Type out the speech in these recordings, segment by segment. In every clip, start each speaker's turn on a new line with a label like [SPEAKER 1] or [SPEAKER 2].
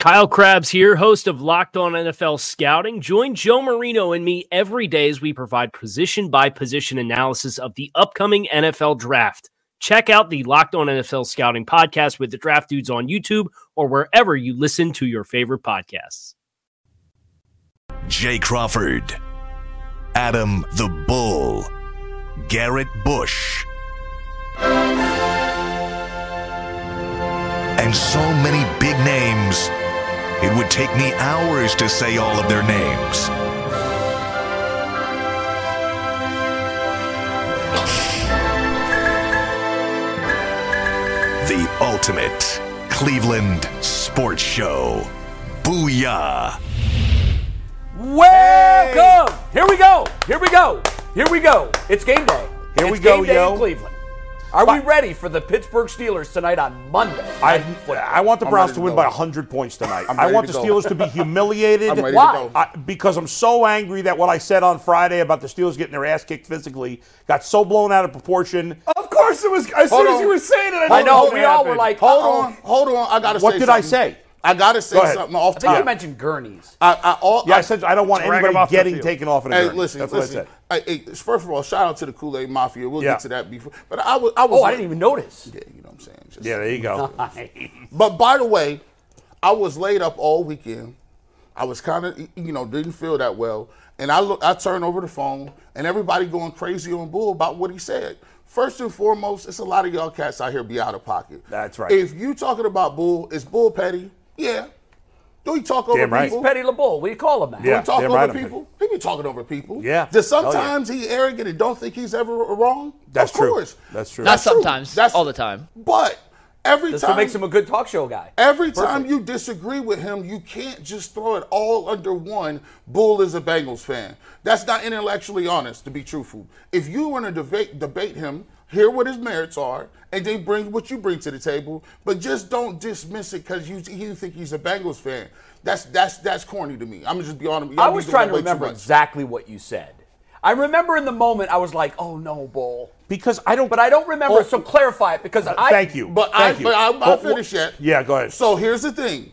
[SPEAKER 1] Kyle Krabs here, host of Locked On NFL Scouting. Join Joe Marino and me every day as we provide position by position analysis of the upcoming NFL draft. Check out the Locked On NFL Scouting podcast with the draft dudes on YouTube or wherever you listen to your favorite podcasts.
[SPEAKER 2] Jay Crawford, Adam the Bull, Garrett Bush. And so many big names. It would take me hours to say all of their names. The ultimate Cleveland sports show. Booyah!
[SPEAKER 3] Welcome! Here we go! Here we go! Here we go! It's game day.
[SPEAKER 4] Here
[SPEAKER 3] It's
[SPEAKER 4] we go,
[SPEAKER 3] game day
[SPEAKER 4] yo.
[SPEAKER 3] in Cleveland. Are
[SPEAKER 4] Fi-
[SPEAKER 3] we ready for the Pittsburgh Steelers tonight on Monday?
[SPEAKER 4] I,
[SPEAKER 3] Night Football?
[SPEAKER 4] I want the
[SPEAKER 5] I'm
[SPEAKER 4] Browns
[SPEAKER 5] ready
[SPEAKER 4] to
[SPEAKER 5] to
[SPEAKER 4] win
[SPEAKER 5] go.
[SPEAKER 4] by 100 points tonight.
[SPEAKER 5] I'm
[SPEAKER 4] I
[SPEAKER 5] ready
[SPEAKER 4] want
[SPEAKER 5] to
[SPEAKER 4] the
[SPEAKER 5] go.
[SPEAKER 4] Steelers to be humiliated.
[SPEAKER 5] I'm ready to
[SPEAKER 3] Why?
[SPEAKER 5] go.
[SPEAKER 4] I, because I'm so angry that what I said on Friday about the Steelers getting their ass kicked physically got so blown out of proportion.
[SPEAKER 5] Of course it was. As
[SPEAKER 4] Hold
[SPEAKER 5] soon as
[SPEAKER 4] on.
[SPEAKER 5] you were saying it, I,
[SPEAKER 3] I
[SPEAKER 5] knew
[SPEAKER 3] know,
[SPEAKER 5] it was
[SPEAKER 3] we
[SPEAKER 5] gonna
[SPEAKER 3] all
[SPEAKER 5] happen.
[SPEAKER 3] were like,
[SPEAKER 5] hold
[SPEAKER 3] uh-oh.
[SPEAKER 5] on, hold on. I gotta.
[SPEAKER 4] oh. What
[SPEAKER 5] say
[SPEAKER 4] did I
[SPEAKER 5] something.
[SPEAKER 4] say?
[SPEAKER 5] I gotta say
[SPEAKER 4] Go ahead.
[SPEAKER 5] something off
[SPEAKER 3] I think
[SPEAKER 5] top.
[SPEAKER 3] you mentioned Gurneys.
[SPEAKER 5] I, I, all,
[SPEAKER 4] Yeah, I
[SPEAKER 5] I-
[SPEAKER 4] said I don't want
[SPEAKER 6] Drag 'em
[SPEAKER 4] anybody
[SPEAKER 6] off the
[SPEAKER 4] getting
[SPEAKER 6] field.
[SPEAKER 4] taken off in a
[SPEAKER 5] Hey,
[SPEAKER 4] journey.
[SPEAKER 5] listen,
[SPEAKER 4] That's
[SPEAKER 5] listen.
[SPEAKER 4] what I
[SPEAKER 5] I, hey, first of all, shout out to the Kool Aid Mafia. We'll
[SPEAKER 4] Yeah.
[SPEAKER 5] get to that before. But I was, I was.
[SPEAKER 3] Oh, I didn't even notice.
[SPEAKER 5] Yeah, you know what I'm saying. Just-
[SPEAKER 4] said. Yeah, there you go.
[SPEAKER 5] But by the way, I was laid up all weekend. I was kind of, you know, didn't feel that well. And I look, I turned over the phone, and everybody going crazy on Bull about what he said. First and foremost, it's a lot of y'all cats out here be out of pocket.
[SPEAKER 4] That's right.
[SPEAKER 5] If you talking about Bull, is Bull petty? Yeah. Do he talk over
[SPEAKER 4] Damn right.
[SPEAKER 5] people?
[SPEAKER 3] Petty LeBeau, we call him that.
[SPEAKER 4] Yeah.
[SPEAKER 5] He talk
[SPEAKER 4] damn
[SPEAKER 5] over
[SPEAKER 4] right I'm
[SPEAKER 5] people. He be talking over people.
[SPEAKER 4] Yeah.
[SPEAKER 5] Does
[SPEAKER 4] Hell yeah.
[SPEAKER 5] sometimes he arrogant and don't think he's ever wrong?
[SPEAKER 4] That's
[SPEAKER 5] of
[SPEAKER 4] true.
[SPEAKER 5] course.
[SPEAKER 4] That's true.
[SPEAKER 7] Not sometimes,
[SPEAKER 5] That's
[SPEAKER 7] all the time.
[SPEAKER 5] But every
[SPEAKER 3] That's what
[SPEAKER 5] time
[SPEAKER 3] makes him a good talk show guy.
[SPEAKER 5] Every time you disagree with him, you can't just throw it all under one. Bull is a Bengals fan. That's not intellectually honest, to be truthful. If you want to debate debate him, hear what his merits are, and then bring what you bring to the table. But just don't dismiss it because you, you think he's a Bengals fan. That's that's that's corny to me. I'm gonna just be honest.
[SPEAKER 3] I was trying to
[SPEAKER 5] way too
[SPEAKER 3] remember
[SPEAKER 5] much.
[SPEAKER 3] exactly what you said. I remember in the moment I was like, "Oh no, Bull,"
[SPEAKER 4] Because I don't.
[SPEAKER 3] but I don't remember.
[SPEAKER 4] Oh,
[SPEAKER 3] so clarify it because I
[SPEAKER 4] Thank you.
[SPEAKER 5] But
[SPEAKER 4] Thank
[SPEAKER 5] I,
[SPEAKER 4] you.
[SPEAKER 5] but I, I'll
[SPEAKER 4] Well,
[SPEAKER 5] finish yet.
[SPEAKER 4] Yeah, go ahead.
[SPEAKER 5] So here's the thing.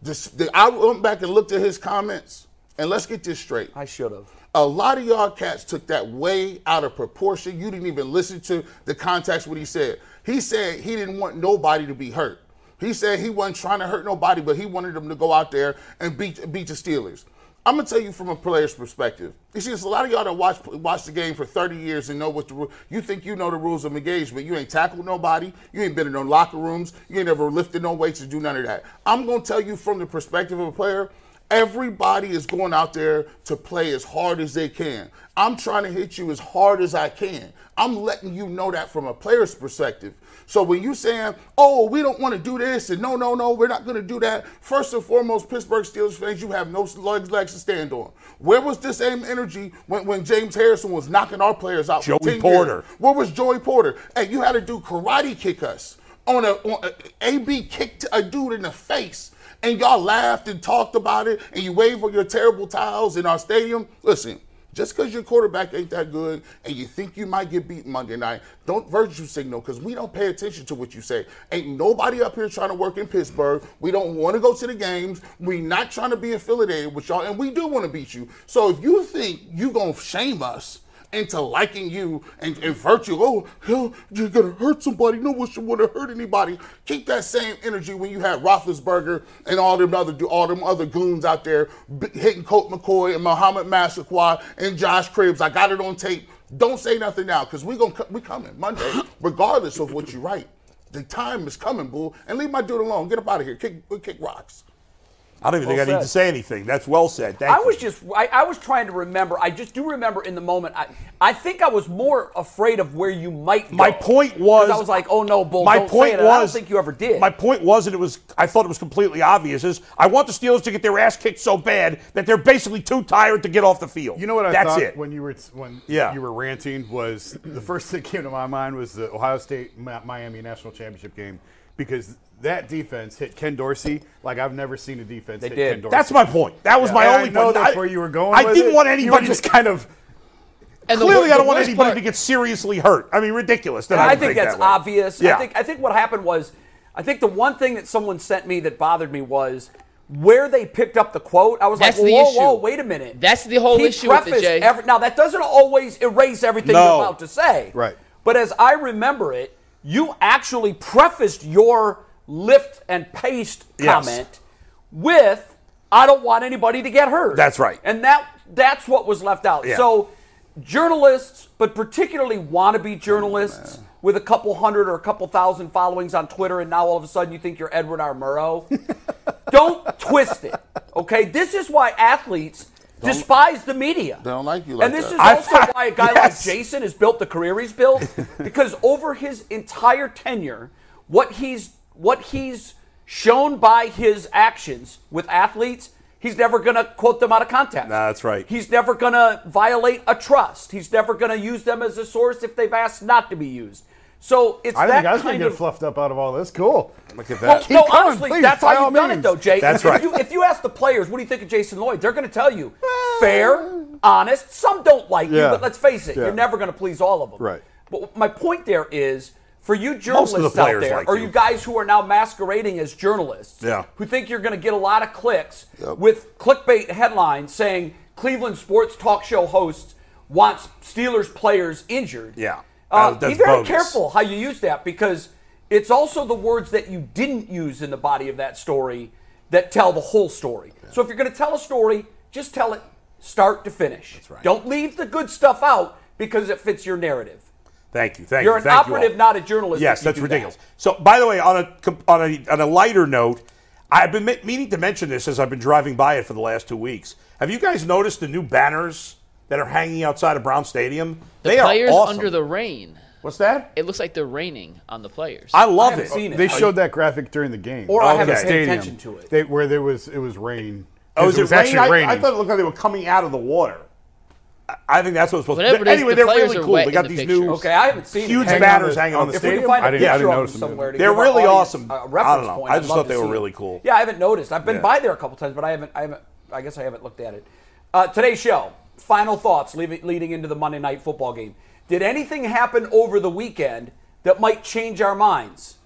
[SPEAKER 5] This, the, I went back and looked at his comments, and let's get this straight.
[SPEAKER 3] I should have.
[SPEAKER 5] A lot of y'all cats took that way out of proportion. You didn't even listen to the context what he said. He said he didn't want nobody to be hurt. He said he wasn't trying to hurt nobody, but he wanted them to go out there and beat beat the Steelers. I'm gonna tell you from a player's perspective. You see, it's a lot of y'all that watch watch the game for 30 years and know what the ru- you think you know the rules of engagement. You ain't tackled nobody. You ain't been in no locker rooms. You ain't never lifted no weights to do none of that. I'm gonna tell you from the perspective of a player. Everybody is going out there to play as hard as they can. I'm trying to hit you as hard as I can. I'm letting you know that from a player's perspective. So when you saying, "Oh, we don't want to do this," and "No, no, no, we're not going to do that," first and foremost, Pittsburgh Steelers fans, you have no legs, legs to stand on. Where was this same energy when, when James Harrison was knocking our players out? for
[SPEAKER 4] Joey
[SPEAKER 5] 10
[SPEAKER 4] Porter.
[SPEAKER 5] years? Where was Joey Porter? Hey, you had to do karate kick us on a, on a AB kicked a dude in the face, and y'all laughed and talked about it, and you waved on your terrible towels in our stadium. Listen, just because your quarterback ain't that good, and you think you might get beat Monday night, don't virtue signal because we don't pay attention to what you say. Ain't nobody up here trying to work in Pittsburgh. We don't want to go to the games. We not trying to be affiliated with y'all, and we do want to beat you. So if you think you gonna shame us into liking you and, and virtue. Oh, hell, you're gonna hurt somebody. No one should want to hurt anybody. Keep that same energy when you had Roethlisberger and all them other all them other goons out there b- hitting Colt McCoy and Muhammad Massaquad and Josh Cribbs. I got it on tape. Don't say nothing now, cause we gonna co- we coming Monday, regardless of what you write. The time is coming, boo. And leave my dude alone. Get up out of here. Kick kick rocks.
[SPEAKER 4] I don't even think I need
[SPEAKER 3] said.
[SPEAKER 4] to say anything. That's well said. Thank
[SPEAKER 3] I
[SPEAKER 4] you.
[SPEAKER 3] was just I, I was trying to remember. I just do remember in the moment. I I think I was more afraid of where you might. Go.
[SPEAKER 4] My point was
[SPEAKER 3] 'Cause I was like, oh no, bull.
[SPEAKER 4] My
[SPEAKER 3] don't say
[SPEAKER 4] point
[SPEAKER 3] it.
[SPEAKER 4] was
[SPEAKER 3] And I don't think you ever did.
[SPEAKER 4] My point was that it was I thought it was completely obvious. Is I want the Steelers to get their ass kicked so bad that they're basically too tired to get off the field.
[SPEAKER 6] You know what I
[SPEAKER 4] That's
[SPEAKER 6] thought
[SPEAKER 4] it.
[SPEAKER 6] when you were when
[SPEAKER 4] Yeah.
[SPEAKER 6] you were ranting was the first thing that came to my mind was the Ohio State Mi- Miami national championship game because that defense hit Ken Dorsey like I've never seen a defense hit
[SPEAKER 3] did.
[SPEAKER 6] Ken Dorsey.
[SPEAKER 4] That's my point. That was my
[SPEAKER 6] And
[SPEAKER 4] only
[SPEAKER 6] I know
[SPEAKER 4] point.
[SPEAKER 6] that's
[SPEAKER 4] I-
[SPEAKER 6] where you were going.
[SPEAKER 4] I
[SPEAKER 6] with
[SPEAKER 4] didn't
[SPEAKER 6] it.
[SPEAKER 4] want
[SPEAKER 6] You
[SPEAKER 4] anybody
[SPEAKER 6] were
[SPEAKER 4] to-
[SPEAKER 6] just kind of
[SPEAKER 8] And the wor-
[SPEAKER 4] Clearly, I
[SPEAKER 8] the
[SPEAKER 4] don't want
[SPEAKER 8] worst
[SPEAKER 4] anybody
[SPEAKER 8] part-
[SPEAKER 4] to get seriously hurt. I mean, ridiculous. That
[SPEAKER 3] I
[SPEAKER 4] would
[SPEAKER 3] think
[SPEAKER 4] think
[SPEAKER 3] that's
[SPEAKER 4] that way.
[SPEAKER 3] obvious.
[SPEAKER 4] Yeah.
[SPEAKER 3] I think I think what happened was, I think the one thing that someone sent me that bothered me was where they picked up the quote. I was
[SPEAKER 7] That's
[SPEAKER 3] like,
[SPEAKER 7] the
[SPEAKER 3] well, whoa,
[SPEAKER 7] issue.
[SPEAKER 3] whoa, wait a minute.
[SPEAKER 7] That's the whole
[SPEAKER 3] he
[SPEAKER 7] issue with it,
[SPEAKER 3] prefaced
[SPEAKER 7] Jay.
[SPEAKER 3] every- now that doesn't always erase everything
[SPEAKER 4] No.
[SPEAKER 3] you're about to say.
[SPEAKER 6] Right.
[SPEAKER 3] But as I remember it, you actually prefaced your lift and paste
[SPEAKER 4] Yes.
[SPEAKER 3] comment with, "I don't want anybody to get hurt."
[SPEAKER 4] That's right.
[SPEAKER 3] And that that's what was left out.
[SPEAKER 4] Yeah.
[SPEAKER 3] So journalists, but particularly wannabe journalists with a couple hundred or a couple thousand followings on Twitter, and now all of a sudden you think you're Edward R. Murrow. Don't twist it. Okay? This is why athletes despise the media.
[SPEAKER 5] They don't like you like
[SPEAKER 3] And this
[SPEAKER 5] that.
[SPEAKER 3] is
[SPEAKER 4] I
[SPEAKER 3] also
[SPEAKER 4] find-
[SPEAKER 3] why a guy
[SPEAKER 4] Yes.
[SPEAKER 3] like Jason has built the career he's built, because over his entire tenure, what he's what he's shown by his actions with athletes, he's never gonna quote them out of context.
[SPEAKER 4] Nah, that's right.
[SPEAKER 3] He's never going to violate a trust. He's never going to use them as a source if they've asked not to be used. So it's
[SPEAKER 6] I
[SPEAKER 3] that
[SPEAKER 6] think I was gonna
[SPEAKER 3] kind
[SPEAKER 6] get
[SPEAKER 3] of.
[SPEAKER 6] fluffed up out of all this. Cool.
[SPEAKER 4] Look at
[SPEAKER 3] Well,
[SPEAKER 4] that.
[SPEAKER 3] no,
[SPEAKER 6] coming,
[SPEAKER 3] honestly,
[SPEAKER 6] please,
[SPEAKER 3] that's
[SPEAKER 6] by
[SPEAKER 3] how
[SPEAKER 6] all
[SPEAKER 3] you've done it,
[SPEAKER 6] means.
[SPEAKER 3] though, Jay.
[SPEAKER 4] That's
[SPEAKER 3] if
[SPEAKER 4] right.
[SPEAKER 3] You, if you ask the players, what do you think of Jason Lloyd? They're going to tell you fair, honest. Some don't like you,
[SPEAKER 6] Yeah.
[SPEAKER 3] but let's face it,
[SPEAKER 6] Yeah.
[SPEAKER 3] you're never going to please all of them.
[SPEAKER 6] Right.
[SPEAKER 3] But my point there is for you
[SPEAKER 4] Most of the
[SPEAKER 3] journalists out
[SPEAKER 4] players
[SPEAKER 3] there,
[SPEAKER 4] like
[SPEAKER 3] or
[SPEAKER 4] you.
[SPEAKER 3] you guys who are now masquerading as journalists,
[SPEAKER 4] Yeah.
[SPEAKER 3] who think you're going to get a lot of clicks with clickbait headlines saying Cleveland sports talk show host wants Steelers players injured.
[SPEAKER 4] Yeah.
[SPEAKER 3] Uh,
[SPEAKER 4] That- that's
[SPEAKER 3] be very
[SPEAKER 4] bogus.
[SPEAKER 3] careful how you use that because it's also the words that you didn't use in the body of that story that tell the whole story. So if you're going to tell a story, just tell it start to finish. That's right. Don't leave the good stuff out because it fits your narrative.
[SPEAKER 4] Thank you. Thank
[SPEAKER 3] You're
[SPEAKER 4] you.
[SPEAKER 3] an
[SPEAKER 4] Thank you all.
[SPEAKER 3] operative, not a journalist.
[SPEAKER 4] Yes,
[SPEAKER 3] if you
[SPEAKER 4] that's
[SPEAKER 3] do
[SPEAKER 4] ridiculous.
[SPEAKER 3] that.
[SPEAKER 4] So, by the way, on a com- on a on a lighter note, I've been me- meaning to mention this as I've been driving by it for the last two weeks. Have you guys noticed the new banners that are hanging outside of Brown Stadium?
[SPEAKER 7] The
[SPEAKER 4] they
[SPEAKER 7] players
[SPEAKER 4] are awesome.
[SPEAKER 7] under the rain.
[SPEAKER 4] What's that?
[SPEAKER 7] It looks like they're raining on the players.
[SPEAKER 4] I love
[SPEAKER 3] haven't
[SPEAKER 4] it.
[SPEAKER 3] seen it.
[SPEAKER 6] They showed that graphic during the game.
[SPEAKER 3] Or I haven't
[SPEAKER 4] Okay.
[SPEAKER 3] paid attention to it.
[SPEAKER 6] They, where there was it was rain.
[SPEAKER 4] Oh, is
[SPEAKER 6] 'Cause
[SPEAKER 4] it,
[SPEAKER 6] was
[SPEAKER 4] rain?
[SPEAKER 6] actually
[SPEAKER 4] I-
[SPEAKER 6] raining.
[SPEAKER 4] I, thought it looked like they were coming out of the water. I, I think that's what's supposed
[SPEAKER 7] Whatever
[SPEAKER 4] to
[SPEAKER 7] it
[SPEAKER 4] be.
[SPEAKER 7] is,
[SPEAKER 4] Anyway,
[SPEAKER 7] the
[SPEAKER 4] they're
[SPEAKER 7] players
[SPEAKER 4] really
[SPEAKER 7] are
[SPEAKER 4] cool.
[SPEAKER 7] wet
[SPEAKER 4] They
[SPEAKER 7] in
[SPEAKER 4] got
[SPEAKER 7] the
[SPEAKER 4] these
[SPEAKER 7] pictures.
[SPEAKER 4] new
[SPEAKER 3] Okay, I haven't seen
[SPEAKER 4] huge
[SPEAKER 3] it. Hang
[SPEAKER 4] banners
[SPEAKER 6] on
[SPEAKER 4] hanging on the
[SPEAKER 3] If we
[SPEAKER 4] stadium.
[SPEAKER 3] can find
[SPEAKER 6] I
[SPEAKER 3] a
[SPEAKER 6] didn't- I
[SPEAKER 3] picture
[SPEAKER 6] didn't
[SPEAKER 3] of
[SPEAKER 6] notice
[SPEAKER 3] them
[SPEAKER 6] them.
[SPEAKER 3] somewhere, to
[SPEAKER 4] They're
[SPEAKER 3] give our
[SPEAKER 4] really
[SPEAKER 3] audience
[SPEAKER 4] awesome.
[SPEAKER 3] a uh,
[SPEAKER 4] I don't
[SPEAKER 3] reference
[SPEAKER 4] know.
[SPEAKER 3] point,
[SPEAKER 4] I
[SPEAKER 3] I'd
[SPEAKER 4] just
[SPEAKER 3] love
[SPEAKER 4] thought
[SPEAKER 3] to
[SPEAKER 4] they were
[SPEAKER 3] see it.
[SPEAKER 4] really cool.
[SPEAKER 3] Yeah, I haven't noticed. I've been by there a couple times, but I haven't. I haven't. I guess I haven't looked at it. Uh, today's show. Final thoughts leaving, leading into the Monday night football game. Did anything happen over the weekend that might change our minds?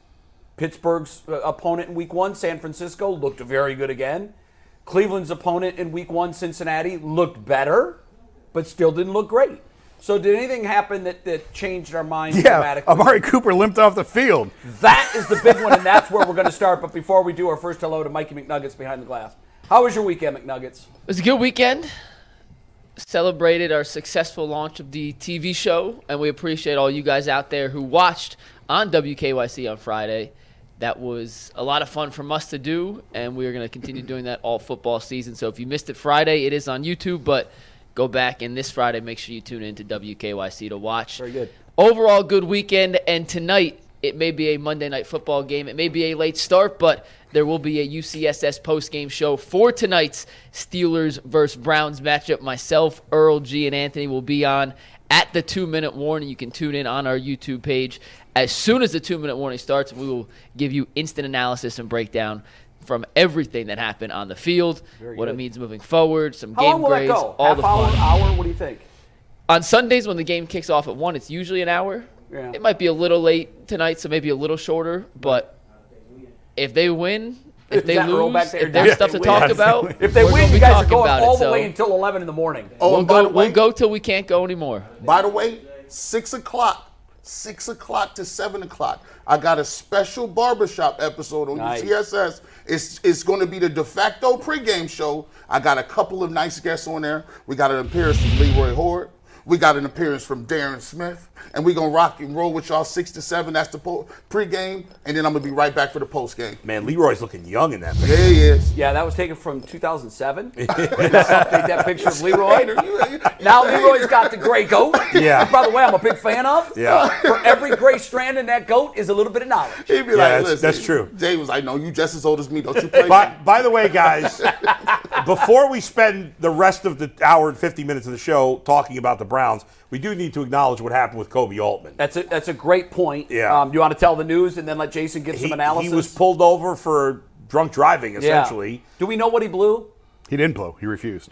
[SPEAKER 3] Pittsburgh's uh, opponent in Week One, San Francisco, looked very good again. Cleveland's opponent in Week One, Cincinnati, looked better, but still didn't look great. So, did anything happen that, that changed our minds
[SPEAKER 6] yeah,
[SPEAKER 3] dramatically?
[SPEAKER 6] Amari Cooper limped off the field.
[SPEAKER 3] That is the big one, and that's where we're going to start. But before we do, our first hello to Mikey McNuggets behind the glass. How was your weekend, McNuggets?
[SPEAKER 7] It was a good weekend. Celebrated our successful launch of the TV show, and we appreciate all you guys out there who watched on WKYC on Friday. That was a lot of fun from us to do, and we are going to continue doing that all football season. So if you missed it Friday, it is on YouTube, but go back and this Friday, make sure you tune in to WKYC to watch. Very
[SPEAKER 3] good.
[SPEAKER 7] Overall, good weekend, and tonight it may be a Monday night football game. It may be a late start, but there will be a UCSS post-game show for tonight's Steelers versus Browns matchup. Myself, Earl G, and Anthony will be on at the two-minute warning. You can tune in on our YouTube page as soon as the two-minute warning starts, and we will give you instant analysis and breakdown from everything that happened on the field, what it means moving forward, some
[SPEAKER 3] How
[SPEAKER 7] game
[SPEAKER 3] long will
[SPEAKER 7] grades,
[SPEAKER 3] that go?
[SPEAKER 7] all
[SPEAKER 3] Half
[SPEAKER 7] the
[SPEAKER 3] hour,
[SPEAKER 7] fun
[SPEAKER 3] hour? What do you think?
[SPEAKER 7] on Sundays when the game kicks off at one, it's usually an hour.
[SPEAKER 3] Yeah.
[SPEAKER 7] It might be a little late tonight, so maybe a little shorter. But if they win, if
[SPEAKER 3] Is
[SPEAKER 7] they
[SPEAKER 3] that roll
[SPEAKER 7] lose,
[SPEAKER 3] back there?
[SPEAKER 7] if there's
[SPEAKER 3] Yeah.
[SPEAKER 7] stuff to
[SPEAKER 3] If they
[SPEAKER 7] talk
[SPEAKER 3] win-
[SPEAKER 7] about,
[SPEAKER 3] If they
[SPEAKER 7] we're gonna
[SPEAKER 3] win,
[SPEAKER 7] be
[SPEAKER 3] you guys are
[SPEAKER 7] talking
[SPEAKER 3] going
[SPEAKER 7] about
[SPEAKER 3] all
[SPEAKER 7] it,
[SPEAKER 3] the
[SPEAKER 7] so
[SPEAKER 3] way until 11 in the morning.
[SPEAKER 5] Oh,
[SPEAKER 7] we'll
[SPEAKER 5] and by
[SPEAKER 7] go.
[SPEAKER 5] the way-
[SPEAKER 7] We'll go till we can't go anymore.
[SPEAKER 5] By the way, six o'clock, six o'clock to seven o'clock. I got a special barbershop episode on
[SPEAKER 3] Nice.
[SPEAKER 5] UTSS. It's it's going to be the de facto pregame show. I got a couple of nice guests on there. We got an appearance from Leroy Horde. We got an appearance from Darren Smith, and we're going to rock and roll with y'all six to seven. That's the po- pregame, and then I'm going to be right back for the postgame.
[SPEAKER 4] Man, Leroy's looking young in that. picture.
[SPEAKER 5] Yeah, he is.
[SPEAKER 3] Yeah, that was taken from 2007. Let's update that picture of Leroy.
[SPEAKER 5] Hater, you- you-
[SPEAKER 3] Now Leroy's got the gray goat.
[SPEAKER 4] Yeah.
[SPEAKER 3] which, By the way, I'm a big fan of.
[SPEAKER 4] Yeah.
[SPEAKER 3] For every gray strand in that goat is a little bit of knowledge.
[SPEAKER 5] He'd be
[SPEAKER 4] Yeah,
[SPEAKER 5] like,
[SPEAKER 4] that's-
[SPEAKER 5] listen.
[SPEAKER 4] that's true.
[SPEAKER 5] Jay was like, no, you just as old as me. Don't you play
[SPEAKER 4] By, by the way, guys, before we spend the rest of the hour and 50 minutes of the show talking about the Browns, we do need to acknowledge what happened with Kobe Altman.
[SPEAKER 3] That's a that's a great point.
[SPEAKER 4] Yeah.
[SPEAKER 3] Um, you want to tell the news and then let Jason give
[SPEAKER 4] He,
[SPEAKER 3] some analysis.
[SPEAKER 4] he was pulled over for drunk driving,
[SPEAKER 3] Yeah.
[SPEAKER 4] essentially.
[SPEAKER 3] Do we know what he blew?
[SPEAKER 6] He didn't blow. He refused.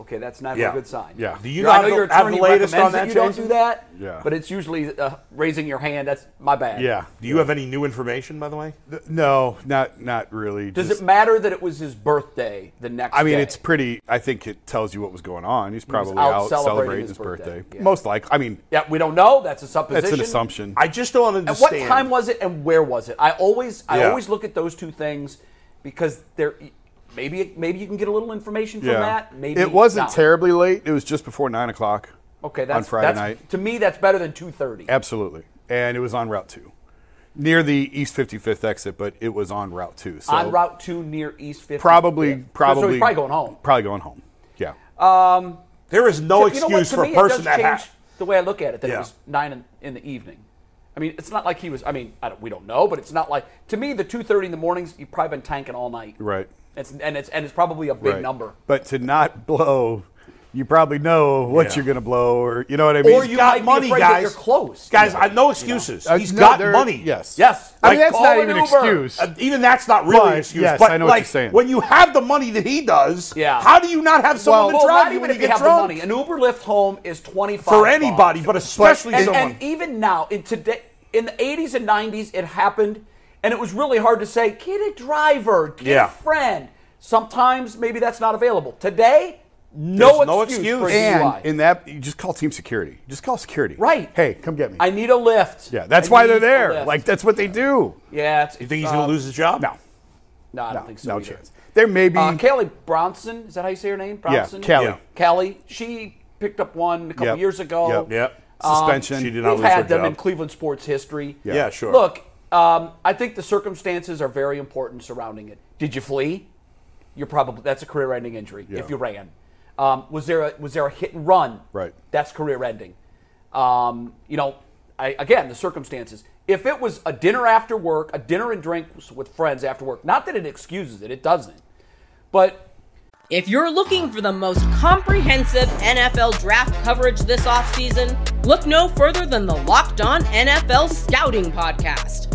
[SPEAKER 3] Okay, that's not
[SPEAKER 4] Yeah.
[SPEAKER 3] a good sign.
[SPEAKER 6] Yeah.
[SPEAKER 4] Do you
[SPEAKER 3] Your- I
[SPEAKER 4] not
[SPEAKER 3] know your
[SPEAKER 4] have the
[SPEAKER 3] attorney
[SPEAKER 4] latest
[SPEAKER 3] recommends
[SPEAKER 4] on
[SPEAKER 3] that
[SPEAKER 4] that,
[SPEAKER 3] you don't
[SPEAKER 4] Jason?
[SPEAKER 3] do that.
[SPEAKER 6] Yeah.
[SPEAKER 3] But it's usually uh, raising your hand. That's my bad.
[SPEAKER 6] Yeah.
[SPEAKER 4] Do you have any new information, by the way?
[SPEAKER 6] Th- No, not not really.
[SPEAKER 3] Does
[SPEAKER 6] Just-
[SPEAKER 3] it matter that it was his birthday the next?
[SPEAKER 6] I mean,
[SPEAKER 3] day?
[SPEAKER 6] it's pretty. I think it tells you what was going on. He's probably
[SPEAKER 3] out
[SPEAKER 6] out,
[SPEAKER 3] celebrating
[SPEAKER 6] celebrating,
[SPEAKER 3] his
[SPEAKER 6] his,
[SPEAKER 3] birthday.
[SPEAKER 6] birthday.
[SPEAKER 3] Yeah.
[SPEAKER 6] Most likely. I mean,
[SPEAKER 3] Yeah, we don't know. That's a supposition.
[SPEAKER 6] that's an assumption.
[SPEAKER 4] I just don't
[SPEAKER 3] At what
[SPEAKER 4] understand.
[SPEAKER 3] time was it and where was it? I always I
[SPEAKER 4] Yeah.
[SPEAKER 3] always look at those two things because they're maybe maybe you can get a little information from
[SPEAKER 6] yeah.
[SPEAKER 3] that. Maybe
[SPEAKER 6] it wasn't
[SPEAKER 3] not.
[SPEAKER 6] terribly late. It was just before nine o'clock.
[SPEAKER 3] Okay, that's
[SPEAKER 6] on Friday
[SPEAKER 3] that's,
[SPEAKER 6] night.
[SPEAKER 3] To me, that's better than two thirty.
[SPEAKER 6] Absolutely, and it was on Route Two, near the East Fifty Fifth exit, but it was on Route Two. So
[SPEAKER 3] on Route Two near East Fifty.
[SPEAKER 6] probably,
[SPEAKER 3] Yeah. So-
[SPEAKER 6] probably,
[SPEAKER 3] So, he's probably going home. Uh,
[SPEAKER 6] Probably going home. Yeah.
[SPEAKER 4] There is no
[SPEAKER 3] You know what?
[SPEAKER 4] excuse
[SPEAKER 3] To
[SPEAKER 4] for
[SPEAKER 3] me,
[SPEAKER 4] a
[SPEAKER 3] it
[SPEAKER 4] person
[SPEAKER 3] does
[SPEAKER 4] that
[SPEAKER 3] change
[SPEAKER 4] has.
[SPEAKER 3] the way I look at it. That it
[SPEAKER 4] Yeah.
[SPEAKER 3] was nine in, in the evening. I mean, it's not like he was. I mean, I don't, we don't know, but it's not like to me the two thirty in the mornings. You've probably been tanking all night.
[SPEAKER 6] Right.
[SPEAKER 3] It's and it's and it's probably a big
[SPEAKER 6] Right.
[SPEAKER 3] number.
[SPEAKER 6] But to not blow, you probably know what
[SPEAKER 4] Yeah.
[SPEAKER 6] you're going to blow, or you know what I mean.
[SPEAKER 4] Or you got
[SPEAKER 3] be
[SPEAKER 4] money,
[SPEAKER 3] afraid
[SPEAKER 4] guys.
[SPEAKER 3] that you're close.
[SPEAKER 4] Guys, I no excuses.
[SPEAKER 6] Uh,
[SPEAKER 4] He's
[SPEAKER 6] no,
[SPEAKER 4] got
[SPEAKER 6] there-
[SPEAKER 4] money.
[SPEAKER 6] Yes.
[SPEAKER 3] Yes.
[SPEAKER 6] I mean
[SPEAKER 3] Like,
[SPEAKER 6] that's
[SPEAKER 3] call
[SPEAKER 6] not
[SPEAKER 3] an
[SPEAKER 6] even an
[SPEAKER 3] Uber.
[SPEAKER 6] excuse.
[SPEAKER 4] Uh, even that's not really
[SPEAKER 6] But,
[SPEAKER 4] an excuse.
[SPEAKER 6] yes,
[SPEAKER 4] but
[SPEAKER 6] I know
[SPEAKER 4] like,
[SPEAKER 6] what you're saying.
[SPEAKER 4] when you have the money that he does,
[SPEAKER 3] Yeah.
[SPEAKER 4] how do you not have someone
[SPEAKER 3] Well,
[SPEAKER 4] to drive
[SPEAKER 3] not
[SPEAKER 4] you
[SPEAKER 3] even
[SPEAKER 4] when
[SPEAKER 3] if
[SPEAKER 4] you
[SPEAKER 3] you
[SPEAKER 4] get
[SPEAKER 3] have
[SPEAKER 4] drunk?
[SPEAKER 3] the money. An Uber Lyft home is twenty five
[SPEAKER 4] for anybody, but especially
[SPEAKER 3] and,
[SPEAKER 4] someone.
[SPEAKER 3] and even now, in today, in the eighties and nineties, it happened, and it was really hard to say, get a driver, get
[SPEAKER 4] Yeah.
[SPEAKER 3] a friend. Sometimes maybe that's not available. Today, no
[SPEAKER 4] There's no
[SPEAKER 3] for a
[SPEAKER 4] excuse.
[SPEAKER 3] DUI.
[SPEAKER 6] and in that you just call team security. Just call security.
[SPEAKER 3] Right.
[SPEAKER 6] Hey, come get me.
[SPEAKER 3] I need a lift.
[SPEAKER 6] yeah, that's
[SPEAKER 3] I
[SPEAKER 6] why
[SPEAKER 3] need
[SPEAKER 6] they're
[SPEAKER 3] a
[SPEAKER 6] there.
[SPEAKER 3] lift.
[SPEAKER 6] Like that's what they do.
[SPEAKER 3] yeah, it's,
[SPEAKER 4] you think he's going to lose his job?
[SPEAKER 6] No,
[SPEAKER 3] Uh, No, I don't
[SPEAKER 6] no,
[SPEAKER 3] think so.
[SPEAKER 6] no
[SPEAKER 3] either.
[SPEAKER 6] chance. There may be.
[SPEAKER 3] Uh, Kelly Bronson, is that how you say her name?
[SPEAKER 6] yeah,
[SPEAKER 3] Bronson.
[SPEAKER 6] Kelly.
[SPEAKER 4] Yeah.
[SPEAKER 3] Kelly. She picked up one a couple
[SPEAKER 6] Yep.
[SPEAKER 3] years ago.
[SPEAKER 6] Yep.
[SPEAKER 4] Yep.
[SPEAKER 6] Suspension.
[SPEAKER 4] Um, She did not
[SPEAKER 3] We've
[SPEAKER 4] lose her
[SPEAKER 3] had them
[SPEAKER 4] job.
[SPEAKER 3] in Cleveland sports history.
[SPEAKER 4] yeah. sure.
[SPEAKER 3] Look, um, I think the circumstances are very important surrounding it. Did you flee? You're probably that's a career-ending injury if you ran. Um, was there a, was there a hit and run?
[SPEAKER 6] Right.
[SPEAKER 3] That's career-ending. Um, you know, I, again the circumstances. If it was a dinner after work, a dinner and drinks with friends after work, not that it excuses it, it doesn't. But
[SPEAKER 9] If you're looking for the most comprehensive NFL draft coverage this offseason, look no further than the Locked On NFL Scouting Podcast.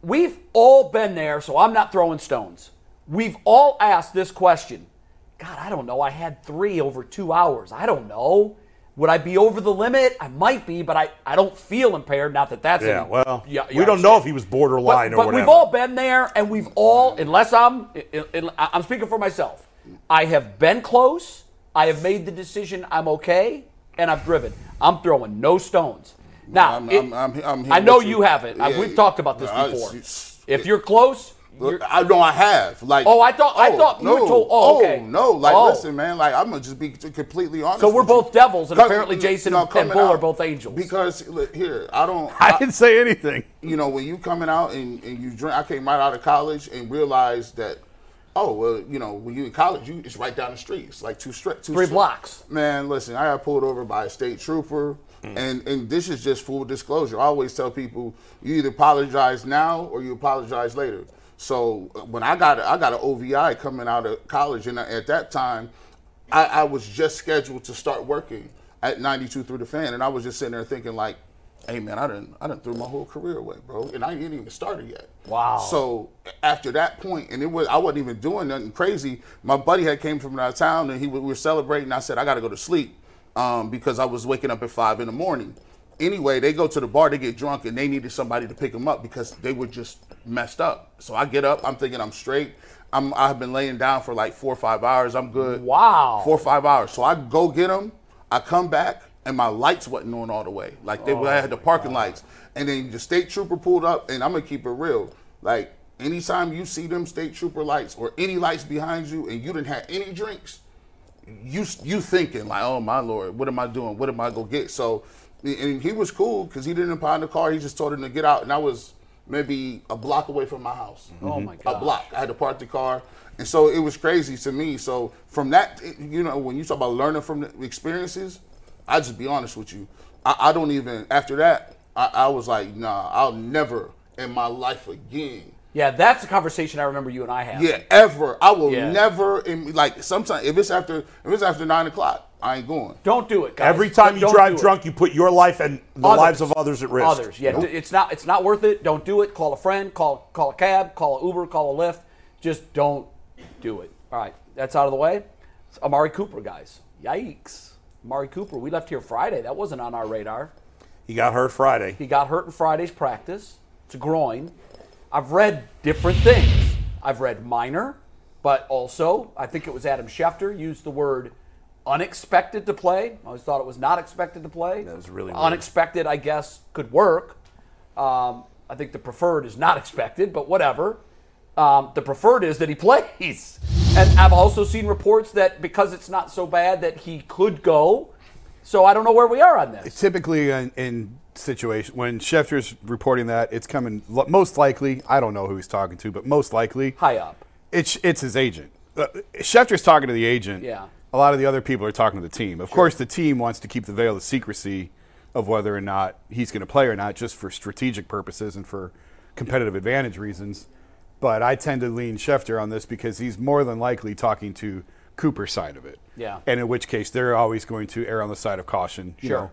[SPEAKER 3] we've all been there, so I'm not throwing stones. We've all asked this question God, I don't know. I had three over two hours. I don't know. Would I be over the limit? I might be, but I, I don't feel impaired. Not that that's
[SPEAKER 4] yeah,
[SPEAKER 3] any-
[SPEAKER 4] well,
[SPEAKER 3] Yeah, yeah,
[SPEAKER 4] we don't know if he
[SPEAKER 3] understand.
[SPEAKER 4] was borderline or
[SPEAKER 3] but, but
[SPEAKER 4] whatever.
[SPEAKER 3] we've all been there, and we've all, unless I'm, I- I- I'm speaking for myself. I have been close. I have made the decision. I'm okay, and I've driven. I'm throwing no stones. Now,
[SPEAKER 5] I'm-
[SPEAKER 3] it-
[SPEAKER 5] I'm- I'm- I'm here
[SPEAKER 3] I know
[SPEAKER 5] with
[SPEAKER 3] you,
[SPEAKER 5] you.
[SPEAKER 3] haven't. I-
[SPEAKER 5] Yeah,
[SPEAKER 3] we've talked about this
[SPEAKER 5] I-
[SPEAKER 3] before.
[SPEAKER 5] it's-
[SPEAKER 3] if you're close, you're,
[SPEAKER 5] I know I have. Like,
[SPEAKER 3] Oh, I thought- I thought you were told- oh, okay.
[SPEAKER 5] no! Like,
[SPEAKER 3] Oh.
[SPEAKER 5] listen, man. Like, I'm gonna just be t- completely honest.
[SPEAKER 3] So we're
[SPEAKER 5] with you.
[SPEAKER 3] both devils, and
[SPEAKER 5] Cut-
[SPEAKER 3] apparently Jason and
[SPEAKER 5] coming
[SPEAKER 3] Bull are
[SPEAKER 5] out,
[SPEAKER 3] both angels.
[SPEAKER 5] Because look, here, I don't.
[SPEAKER 3] uh,
[SPEAKER 6] I
[SPEAKER 5] I-
[SPEAKER 6] didn't say anything.
[SPEAKER 5] you know, when you coming out and, and you drink, I came right out of college and realized that, oh well, you know, when you in college, you it's right down the street. It's like two straight, two
[SPEAKER 3] Three
[SPEAKER 5] stre-
[SPEAKER 3] blocks.
[SPEAKER 5] Man, listen, I got pulled over by a state trooper, and and this is just full disclosure. I always tell people, you either apologize now or you apologize later. So uh, when I got a, I got an OVI coming out of college, and at that time, I, I was just scheduled to start working at 92 through the fan, and I was just sitting there thinking like, hey man, I didn't I didn't threw my whole career away, bro, and I ain't even started yet.
[SPEAKER 3] Wow.
[SPEAKER 5] So after that point, and it was I wasn't even doing nothing crazy. My buddy had came from out of town, and he we were celebrating. I said I got to go to sleep. um, because I was waking up at five in the morning. Anyway, they go to the bar, they get drunk, and they needed somebody to pick them up because they were just messed up. So I get up, I'm thinking I'm straight. I'm, I've been laying down for like four or five hours. I'm good.
[SPEAKER 3] Wow.
[SPEAKER 5] Four or five hours. So I go get them. I come back, and my lights wasn't on all the way. Like they I had the parking lights. And then the state trooper pulled up, and I'm gonna keep it real. Like anytime you see them state trooper lights or any lights behind you, and you didn't have any drinks, you you thinking like, oh my lord, what am I doing? What am I gonna get? So, and he was cool because he didn't impound the car. He just told him to get out, and I was maybe a block away from my house. Oh my god, a block. I had to park the car, and so it was crazy to me. So from that, you know, when you talk about learning from the experiences, I just be honest with you. I, I don't even after that. I, I was like, nah, I'll never in my life again
[SPEAKER 3] Yeah, that's a conversation I remember you and I had.
[SPEAKER 5] yeah, ever. I will
[SPEAKER 3] Yeah.
[SPEAKER 5] never. in- Like sometimes, if it's after, if it's after nine o'clock, I ain't going.
[SPEAKER 3] Don't do it, guys.
[SPEAKER 4] Every time you
[SPEAKER 3] Don't do
[SPEAKER 4] drive
[SPEAKER 3] it.
[SPEAKER 4] drunk, you put your life and the
[SPEAKER 3] Others.
[SPEAKER 4] lives of others at risk.
[SPEAKER 3] Others, yeah. d- It's not it's not worth it. Don't do it. Call a friend. Call call a cab. Call a Uber. Call a Lyft. Just don't do it. All right, that's out of the way. It's Amari Cooper, guys. Yikes, Amari Cooper. We left here Friday. That wasn't on our radar.
[SPEAKER 4] He got hurt Friday.
[SPEAKER 3] He got hurt in Friday's practice. It's a groin. I've read different things. I've read minor, but also I think it was Adam Schefter used the word unexpected to play. I always thought it was not expected to play. That was really unexpected. I guess could work. Um, I think the preferred is not expected, but whatever. Um, the preferred is that he plays. And I've also seen reports that because it's not so bad that he could go. So I don't know where we are on this.
[SPEAKER 6] typically in, in situation when Schefter's reporting that it's coming lo- most likely I don't know who he's talking to but most likely
[SPEAKER 3] High up.
[SPEAKER 6] it's it's his agent uh, Schefter's talking to the agent
[SPEAKER 3] Yeah.
[SPEAKER 6] a lot of the other people are talking to the team of course the team wants to keep the veil of secrecy of whether or not he's going to play or not just for strategic purposes and for competitive advantage reasons but I tend to lean Schefter on this because he's more than likely talking to Cooper's side of it
[SPEAKER 3] Yeah.
[SPEAKER 6] and in which case they're always going to err on the side of caution you
[SPEAKER 3] Sure.
[SPEAKER 6] know?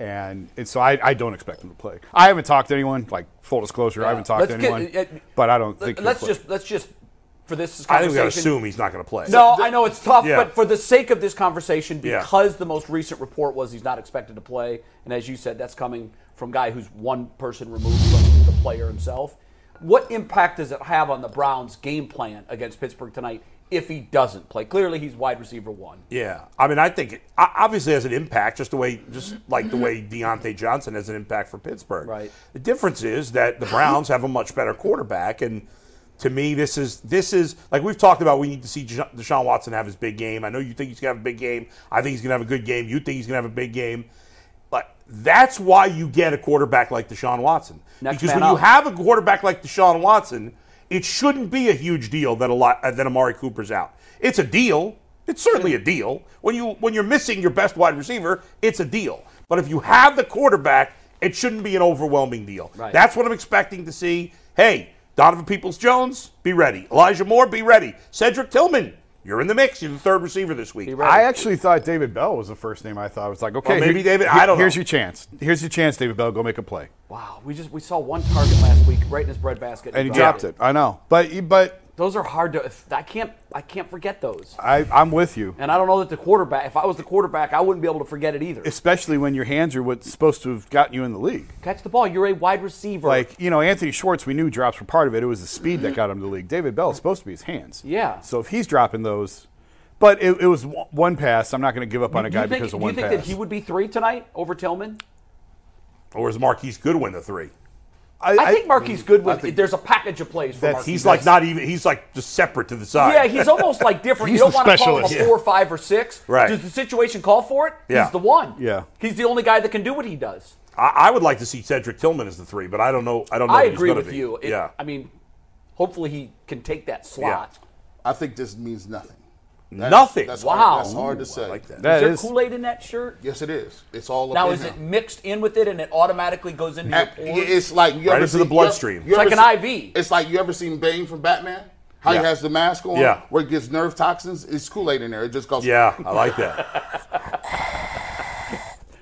[SPEAKER 6] and, and so I, I don't expect him to play. I haven't talked to anyone. Like full disclosure, I haven't talked
[SPEAKER 3] Let's
[SPEAKER 6] to
[SPEAKER 3] get-
[SPEAKER 6] anyone.
[SPEAKER 3] uh,
[SPEAKER 6] but I don't
[SPEAKER 3] let-
[SPEAKER 6] think. he'll
[SPEAKER 3] let's
[SPEAKER 6] play.
[SPEAKER 3] just let's just for this
[SPEAKER 4] I think we
[SPEAKER 3] conversation.
[SPEAKER 4] got to assume he's not going to play.
[SPEAKER 3] No, I know it's tough,
[SPEAKER 4] Yeah.
[SPEAKER 3] but for the sake of this conversation,
[SPEAKER 4] Yeah.
[SPEAKER 3] because the most recent report was he's not expected to play, and as you said, that's coming from guy who's one person removed from the player himself. What impact does it have on the Browns' game plan against Pittsburgh tonight if he doesn't play? Clearly, he's wide receiver one.
[SPEAKER 4] Yeah, I mean, I think it o- obviously has an impact, just the way, just like the way Deontay Johnson has an impact for Pittsburgh.
[SPEAKER 3] Mm-hmm. Right.
[SPEAKER 4] The difference is that the Browns have a much better quarterback, and to me, this is this is like we've talked about. We need to see J- Deshaun Watson have his big game. I know you think he's gonna have a big game. I think he's gonna have a good game. You think he's gonna have a big game. But that's why you get a quarterback like Deshaun Watson.
[SPEAKER 3] Next
[SPEAKER 4] because
[SPEAKER 3] man
[SPEAKER 4] when you
[SPEAKER 3] up.
[SPEAKER 4] have a quarterback like Deshaun Watson, it shouldn't be a huge deal that a lot uh, that Amari Cooper's out. It's a deal. It's certainly a deal. When you when you're missing your best wide receiver, it's a deal. But if you have the quarterback, it shouldn't be an overwhelming deal.
[SPEAKER 3] Right.
[SPEAKER 4] That's what I'm expecting to see. Hey, Donovan Peoples Jones, be ready. Elijah Moore, be ready. Cedric Tillman, you're in the mix. You're the third receiver this week.
[SPEAKER 6] I actually thought David Bell was the first name I thought. I was like, okay,
[SPEAKER 4] Well, maybe David- I don't know.
[SPEAKER 6] Here's your chance. Here's your chance, David Bell. Go make a play.
[SPEAKER 3] Wow, we just we saw one target last week right in his breadbasket,
[SPEAKER 6] And he
[SPEAKER 3] dropped
[SPEAKER 6] dropped it. I know, but but
[SPEAKER 3] Those are hard to. If, I can't I can't forget those.
[SPEAKER 6] I, I'm with you,
[SPEAKER 3] And I don't know that the quarterback, if I was the quarterback, I wouldn't be able to forget it either.
[SPEAKER 6] especially when your hands are what's supposed to have gotten you in the league.
[SPEAKER 3] Catch the ball. You're a wide receiver.
[SPEAKER 6] Like you know, Anthony Schwartz, we knew drops were part of it. It was the speed that got him to the league. David Bell is supposed to be his hands.
[SPEAKER 3] Yeah.
[SPEAKER 6] So if he's dropping those, but it, it was one one pass. I'm not going to give up on a
[SPEAKER 3] do
[SPEAKER 6] guy
[SPEAKER 3] you think,
[SPEAKER 6] because of
[SPEAKER 3] do
[SPEAKER 6] one
[SPEAKER 3] you think
[SPEAKER 6] pass.
[SPEAKER 3] that he would be three tonight over Tillman?
[SPEAKER 4] Or is Marquise Goodwin the three?
[SPEAKER 3] I, think Marquise Goodwin. there's a package of plays for
[SPEAKER 6] That's-
[SPEAKER 3] Marquise.
[SPEAKER 4] He's like not even. He's like just separate to the side.
[SPEAKER 3] Yeah, he's almost like different.
[SPEAKER 6] He's
[SPEAKER 3] you don't
[SPEAKER 6] the
[SPEAKER 3] want to call him a
[SPEAKER 6] specialist.
[SPEAKER 3] four, five, or six.
[SPEAKER 4] Right.
[SPEAKER 3] Does the situation call for it?
[SPEAKER 4] Yeah.
[SPEAKER 3] He's the one.
[SPEAKER 6] Yeah.
[SPEAKER 3] He's the only guy that can do what he does.
[SPEAKER 4] I, I would like to see Cedric Tillman as the three, but I don't know. I don't know.
[SPEAKER 3] I
[SPEAKER 4] who's
[SPEAKER 3] agree
[SPEAKER 4] gonna
[SPEAKER 3] with
[SPEAKER 4] be.
[SPEAKER 3] you. It-
[SPEAKER 4] yeah.
[SPEAKER 3] I mean, hopefully he can take that slot.
[SPEAKER 5] I think this means nothing. That's-
[SPEAKER 4] Nothing.
[SPEAKER 5] That's
[SPEAKER 3] Wow.
[SPEAKER 5] Hard, that's hard to say.
[SPEAKER 4] I like that.
[SPEAKER 6] That
[SPEAKER 3] Is
[SPEAKER 6] is-
[SPEAKER 3] there Kool Aid in that shirt?
[SPEAKER 5] Yes, it is. It's all
[SPEAKER 3] Now
[SPEAKER 5] up
[SPEAKER 3] is
[SPEAKER 5] in
[SPEAKER 3] it
[SPEAKER 5] him.
[SPEAKER 3] mixed in with it and it automatically goes into your
[SPEAKER 5] At-
[SPEAKER 3] pores?
[SPEAKER 5] It's like you
[SPEAKER 4] Right
[SPEAKER 5] ever
[SPEAKER 4] into the
[SPEAKER 5] seen-
[SPEAKER 4] bloodstream.
[SPEAKER 5] you ever-
[SPEAKER 3] It's
[SPEAKER 5] you
[SPEAKER 3] like
[SPEAKER 5] ever
[SPEAKER 3] an
[SPEAKER 5] seen-
[SPEAKER 3] IV.
[SPEAKER 5] It's like you ever seen Bane from Batman? How
[SPEAKER 4] Yeah.
[SPEAKER 5] he has the mask on,
[SPEAKER 4] Yeah.
[SPEAKER 5] where it gets nerve toxins. It's Kool Aid in there. It just goes,
[SPEAKER 4] Yeah, I like that.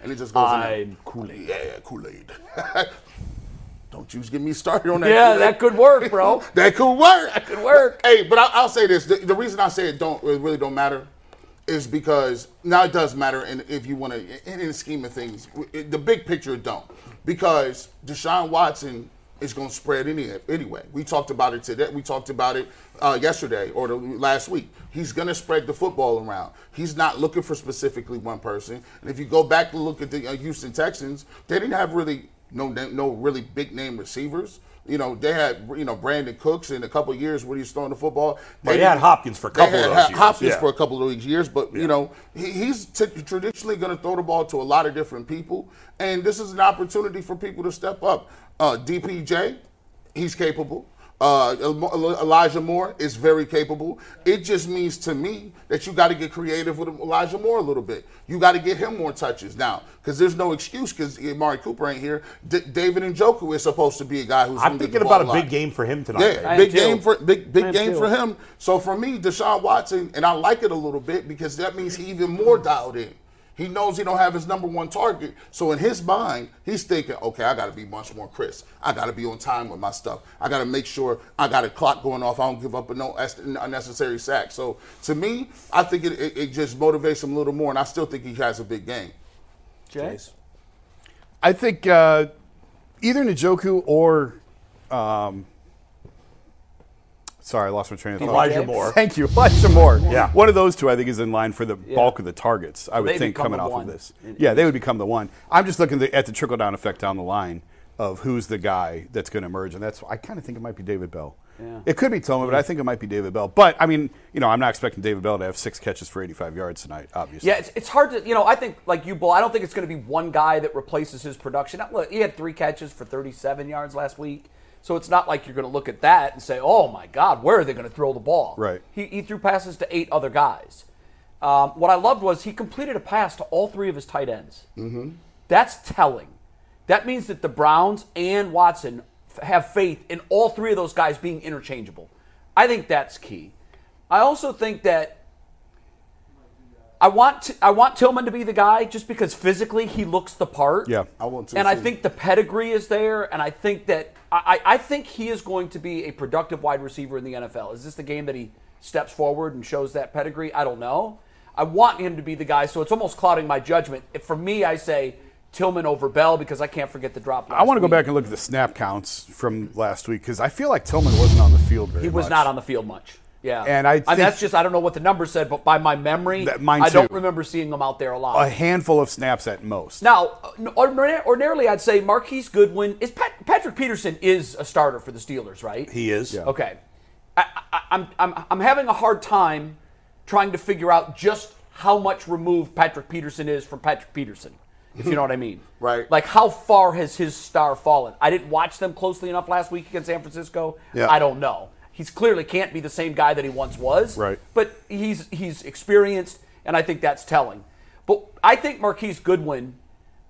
[SPEAKER 5] and it just goes. in
[SPEAKER 3] I'm Kool
[SPEAKER 5] there.
[SPEAKER 3] Aid.
[SPEAKER 5] Yeah, Kool Aid. Don't you get me started on that.
[SPEAKER 3] Yeah,
[SPEAKER 5] Kool-Aid.
[SPEAKER 3] that could work, bro.
[SPEAKER 5] that could work. That
[SPEAKER 3] could work.
[SPEAKER 5] Hey, but I, I'll say this: the, the reason I say it don't it really don't matter is because now it does matter, and if you want to, in, in the scheme of things, it- the big picture it don't, because Deshaun Watson is going to spread any anyway. We talked about it today. We talked about it uh, yesterday or the, last week. He's going to spread the football around. He's not looking for specifically one person. And if you go back and look at the uh, Houston Texans, they didn't have really no na- no really big name receivers. You know, they had you know Brandon Cooks in a couple of years when he's throwing the football.
[SPEAKER 4] Well, they
[SPEAKER 5] didn't-
[SPEAKER 4] had Hopkins for a couple
[SPEAKER 5] they had
[SPEAKER 4] of those
[SPEAKER 5] Ha-
[SPEAKER 4] years,
[SPEAKER 5] Hopkins
[SPEAKER 4] yeah.
[SPEAKER 5] for a couple of these years, but you know he, he's t- traditionally going to throw the ball to a lot of different people, and this is an opportunity for people to step up. Uh, DPJ, he's capable. Uh, El- Elijah Moore is very capable. It just means to me that you got to get creative with Elijah Moore a little bit. You got to get him more touches now because there's no excuse because Amari Cooper ain't here. D- David Njoku is supposed to be a guy who's.
[SPEAKER 4] I'm
[SPEAKER 5] gonna get
[SPEAKER 4] thinking
[SPEAKER 5] the ball
[SPEAKER 4] about a
[SPEAKER 5] lot.
[SPEAKER 4] big game for him tonight.
[SPEAKER 5] Yeah,
[SPEAKER 4] man.
[SPEAKER 5] big
[SPEAKER 3] am too.
[SPEAKER 5] game for big
[SPEAKER 3] I am
[SPEAKER 5] big game
[SPEAKER 3] too.
[SPEAKER 5] for him. So for me, Deshaun Watson, and I like it a little bit because that means he even more dialed in. He knows he don't have his number one target. So in his mind, he's thinking, okay, I gotta be much more crisp. I gotta be on time with my stuff. I gotta make sure I got a clock going off. I don't give up a no as- unnecessary sack. So to me, I think it, it, it just motivates him a little more, and I still think he has a big game.
[SPEAKER 3] Jay?
[SPEAKER 6] I think uh, either Njoku or um, sorry, I lost my train of thought.
[SPEAKER 4] Elijah Moore.
[SPEAKER 6] Thank you, Elijah Moore.
[SPEAKER 4] Yeah.
[SPEAKER 6] One of those two, I think, is in line for the bulk of the targets. I
[SPEAKER 3] they
[SPEAKER 6] would think
[SPEAKER 3] become
[SPEAKER 6] coming
[SPEAKER 3] the
[SPEAKER 6] off
[SPEAKER 3] one.
[SPEAKER 6] of this. Yeah, they would become the one. I'm just looking at the, at the trickle down effect down the line of who's the guy that's going to emerge, and that's I kind of think it might be David Bell. It could be Tillman, but I think it might be David Bell. But I mean, you know, I'm not expecting David Bell to have six catches for 85 yards tonight, obviously.
[SPEAKER 3] Yeah, it's, it's hard to, you know, I think, like you, Bull, I don't think it's going to be one guy that replaces his production. Now, Look, he had three catches for 37 yards last week. So it's not like you're going to look at that and say, oh my God, where are they going to throw the ball?
[SPEAKER 6] Right.
[SPEAKER 3] He, he threw passes to eight other guys. Um, what I loved was he completed a pass to all three of his tight ends. Mm-hmm. That's telling. That means that the Browns and Watson f- have faith in all three of those guys being interchangeable. I think that's key. I also think that I want t I want Tillman to be the guy just because physically he looks the part.
[SPEAKER 6] Yeah.
[SPEAKER 5] I want to
[SPEAKER 3] And I
[SPEAKER 5] see.
[SPEAKER 3] think the pedigree is there, and I think that I, I I think he is going to be a productive wide receiver in the NFL. Is this the game that he steps forward and shows that pedigree? I don't know. I want him to be the guy, so it's almost clouding my judgment. If for me, I say Tillman over Bell because I can't forget the drop.
[SPEAKER 6] I want to go back and look at the snap counts from last week because I feel like Tillman wasn't on the field very
[SPEAKER 3] He was
[SPEAKER 6] much.
[SPEAKER 3] not on the field much. Yeah.
[SPEAKER 6] And I think-
[SPEAKER 3] that's just I don't know what the number said, but by my memory,
[SPEAKER 6] That- mine
[SPEAKER 3] I don't
[SPEAKER 6] too. Oh,
[SPEAKER 3] remember seeing him out there a lot.
[SPEAKER 6] a handful of snaps at most.
[SPEAKER 3] Now, uh, ordina- ordinarily, I'd say Marquise Goodwin is Pat- Patrick Peterson is a starter for the Steelers, right?
[SPEAKER 4] He is.
[SPEAKER 3] Okay, I, I, I'm, I'm I'm having a hard time trying to figure out just how much removed Patrick Peterson is from Patrick Peterson, if you know what I mean.
[SPEAKER 5] Right.
[SPEAKER 3] Like how far has his star fallen? I didn't watch them closely enough last week against San Francisco.
[SPEAKER 6] Yeah.
[SPEAKER 3] I don't know. He's clearly can't be the same guy that he once was.
[SPEAKER 6] Right.
[SPEAKER 3] But he's he's experienced, and I think that's telling. But I think Marquise Goodwin,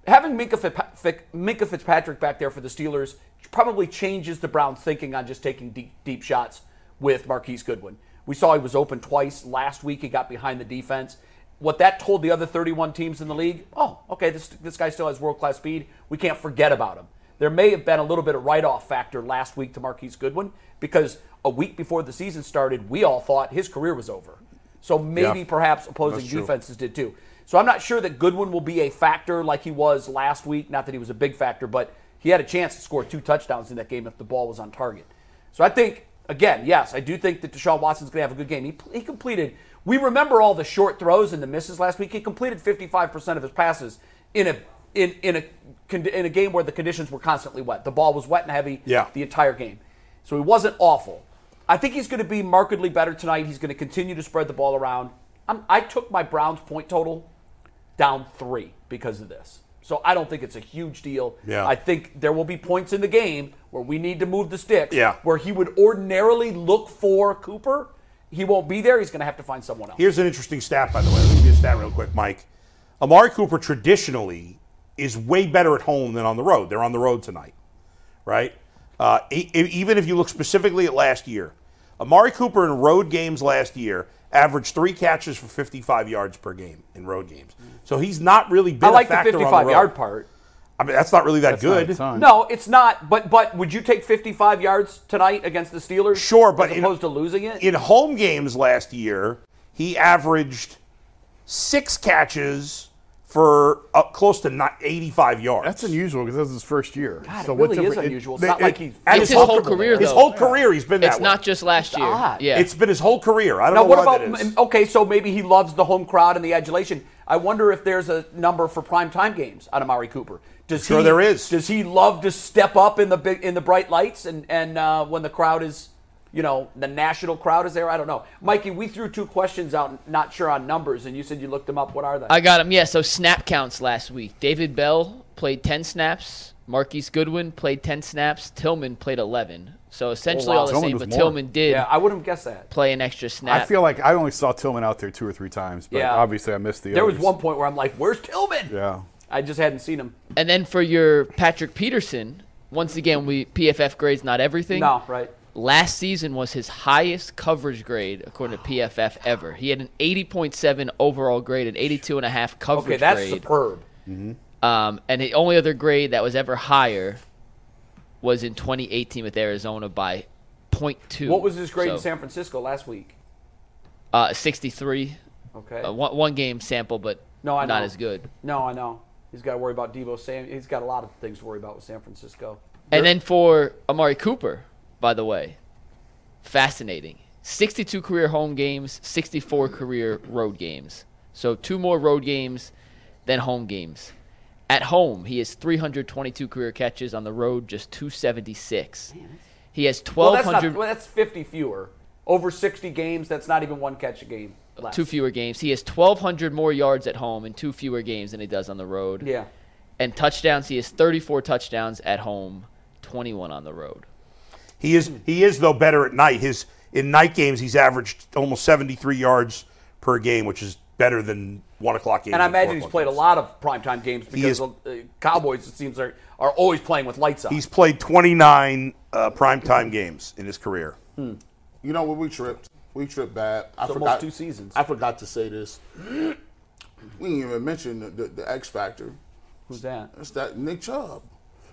[SPEAKER 3] having Minka, Fitpa- Fick- Minka Fitzpatrick back there for the Steelers, probably changes the Browns' thinking on just taking deep, deep shots with Marquise Goodwin. We saw he was open twice last week. He got behind the defense. What that told the other 31 teams in the league, oh, okay, this, this guy still has world class speed. We can't forget about him. There may have been a little bit of write off factor last week to Marquise Goodwin because a week before the season started, we all thought his career was over. So maybe
[SPEAKER 6] Yeah.
[SPEAKER 3] perhaps opposing
[SPEAKER 6] That's true.
[SPEAKER 3] defenses did too. So I'm not sure that Goodwin will be a factor like he was last week. Not that he was a big factor, but he had a chance to score two touchdowns in that game if the ball was on target. So I think, again, yes, I do think that Deshaun Watson's going to have a good game. He, he completed, we remember all the short throws and the misses last week. He completed 55% of his passes in a in, in a con- in a game where the conditions were constantly wet. The ball was wet and heavy
[SPEAKER 4] Yeah.
[SPEAKER 3] the entire game. So he wasn't awful. I think he's going to be markedly better tonight. He's going to continue to spread the ball around. I'm, I took my Browns point total down three because of this. So I don't think it's a huge deal.
[SPEAKER 4] Yeah.
[SPEAKER 3] I think there will be points in the game where we need to move the sticks.
[SPEAKER 4] Yeah.
[SPEAKER 3] Where he would ordinarily look for Cooper, he won't be there. He's going to have to find someone else.
[SPEAKER 4] Here's an interesting stat, by the way. Let me give you a stat real quick, Mike. Amari Cooper traditionally is way better at home than on the road. They're on the road tonight, right? Uh, e- e- even if you look specifically at last year, Amari Cooper in road games last year averaged three catches for 55 yards per game in road games. So he's not really been
[SPEAKER 3] I like
[SPEAKER 4] a
[SPEAKER 3] the
[SPEAKER 4] factor on
[SPEAKER 3] 55
[SPEAKER 4] road.
[SPEAKER 3] yard part.
[SPEAKER 4] I mean, that's not really that good.
[SPEAKER 3] No, it's not. But but would you take 55 yards tonight against the Steelers?
[SPEAKER 4] Sure, but
[SPEAKER 3] as
[SPEAKER 4] in-
[SPEAKER 3] opposed to losing it.
[SPEAKER 4] in home games last year, he averaged six catches for up close to not 85 yards.
[SPEAKER 6] That's unusual because that's his first year.
[SPEAKER 3] it
[SPEAKER 6] so what
[SPEAKER 3] really is
[SPEAKER 6] different-
[SPEAKER 3] unusual. It's not like he's-
[SPEAKER 4] and
[SPEAKER 7] It's his whole career,
[SPEAKER 4] His
[SPEAKER 7] though.
[SPEAKER 4] whole career, he's been that
[SPEAKER 7] It's
[SPEAKER 4] way.
[SPEAKER 7] not just last year.
[SPEAKER 3] odd.
[SPEAKER 7] Yeah.
[SPEAKER 4] It's been his whole career. I don't
[SPEAKER 3] Now,
[SPEAKER 4] know
[SPEAKER 3] what
[SPEAKER 4] why that
[SPEAKER 3] about
[SPEAKER 7] oh.
[SPEAKER 4] is.
[SPEAKER 3] okay? So maybe he loves the home crowd and the adulation. I wonder if there's a number for prime time games out of Mari Cooper. Does
[SPEAKER 4] Sure
[SPEAKER 3] he,
[SPEAKER 4] there is.
[SPEAKER 3] Does he love to step up in the big in the bright lights and and uh, when the crowd is, you know, the national crowd is there? I don't know. Mikey, we threw two questions out, not sure on numbers, and you said you looked them up. What are they?
[SPEAKER 7] I got him. Yeah, so snap counts last week. David Bell played 10 snaps. Marquise Goodwin played 10 snaps. Tillman played 11. So essentially
[SPEAKER 4] Oh,
[SPEAKER 3] wow.
[SPEAKER 7] all the
[SPEAKER 6] Tillman
[SPEAKER 7] same,
[SPEAKER 6] was
[SPEAKER 7] but
[SPEAKER 6] more.
[SPEAKER 7] Tillman did
[SPEAKER 3] yeah, I wouldn't guess that.
[SPEAKER 7] play an extra snap.
[SPEAKER 6] I feel like I only saw Tillman out there two or three times, but
[SPEAKER 3] Yeah.
[SPEAKER 6] obviously I missed the.
[SPEAKER 3] There was
[SPEAKER 6] others.
[SPEAKER 3] one point where I'm like, "Where's Tillman?"
[SPEAKER 6] Yeah.
[SPEAKER 3] I just hadn't seen him.
[SPEAKER 7] and then for your Patrick Peterson, once again, we PFF grades not everything.
[SPEAKER 3] No, right.
[SPEAKER 7] Last season was his highest coverage grade according to PFF ever. He had an 80.7 overall grade and 82 and a half coverage
[SPEAKER 3] Okay, that's
[SPEAKER 7] grade.
[SPEAKER 3] superb.
[SPEAKER 7] Um, and the only other grade that was ever higher was in 2018 with Arizona by 0.2.
[SPEAKER 3] What was his grade in
[SPEAKER 7] So,
[SPEAKER 3] San Francisco last week?
[SPEAKER 7] Uh, 63.
[SPEAKER 3] Okay.
[SPEAKER 7] Uh, one, one game sample, but
[SPEAKER 3] No, I
[SPEAKER 7] not
[SPEAKER 3] know.
[SPEAKER 7] as good.
[SPEAKER 3] No, I know. He's got to worry about Debo Sam. He's got a lot of things to worry about with San Francisco.
[SPEAKER 7] And then for Amari Cooper, by the way, fascinating. 62 career home games, 64 career road games. So two more road games than home games. At home, he has 322 career catches. On the road, just 276. He has
[SPEAKER 3] Well, that's not.
[SPEAKER 7] 1,200.
[SPEAKER 3] Well, that's 50 fewer. Over 60 games. That's not even one catch a game. Less.
[SPEAKER 7] two fewer games. He has 1,200 more yards at home and two fewer games than he does on the road.
[SPEAKER 3] Yeah.
[SPEAKER 7] And touchdowns, he has 34 touchdowns at home, 21 on the road.
[SPEAKER 4] He is he is though better at night. His in night games he's averaged almost seventy three yards per game, which is better than one o'clock games.
[SPEAKER 3] And I
[SPEAKER 4] four
[SPEAKER 3] imagine he's
[SPEAKER 4] o'clock
[SPEAKER 3] played a
[SPEAKER 4] games.
[SPEAKER 3] lot of primetime games
[SPEAKER 4] is-
[SPEAKER 3] because the uh, Cowboys, it seems, are, are always playing with lights on.
[SPEAKER 4] He's played twenty nine uh, primetime games in his career.
[SPEAKER 5] You know when we tripped, we tripped bad. I
[SPEAKER 3] It's almost
[SPEAKER 5] forgot
[SPEAKER 3] two seasons.
[SPEAKER 5] I forgot to say this. we didn't even mention the, the, the X factor.
[SPEAKER 3] Who's that?
[SPEAKER 5] It's that Nick Chubb.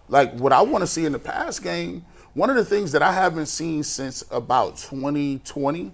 [SPEAKER 5] Like what I want to see in the pass game. One of the things that I haven't seen since about 2020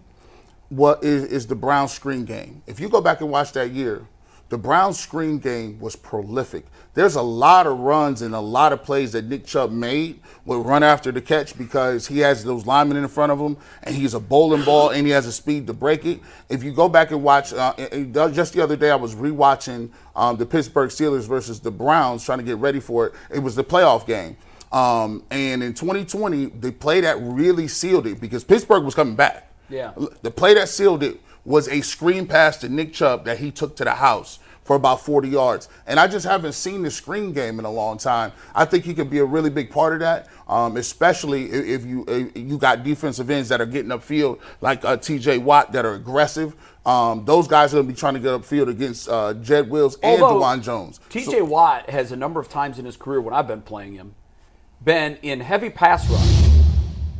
[SPEAKER 5] what is, is the Brown screen game. If you go back and watch that year, the Brown screen game was prolific. There's a lot of runs and a lot of plays that Nick Chubb made would run after the catch because he has those linemen in front of him and he's a bowling ball and he has the speed to break it. If you go back and watch, uh, and- and the- just the other day I was rewatching um, the Pittsburgh Steelers versus the Browns trying to get ready for it. It was the playoff game. Um, and in 2020, the play that really sealed it because Pittsburgh was coming back.
[SPEAKER 3] Yeah.
[SPEAKER 5] The play that sealed it was a screen pass to Nick Chubb that he took to the house for about 40 yards. And I just haven't seen the screen game in a long time. I think he could be a really big part of that, um, especially i- if you if you got defensive ends that are getting upfield like uh, T.J. Watt that are aggressive. Um, those guys are going to be trying to get upfield against uh, Jed Wills and
[SPEAKER 3] Although,
[SPEAKER 5] Dewan Jones.
[SPEAKER 3] TJ Watt has a number of times in his career when I've been playing him been in heavy pass rush,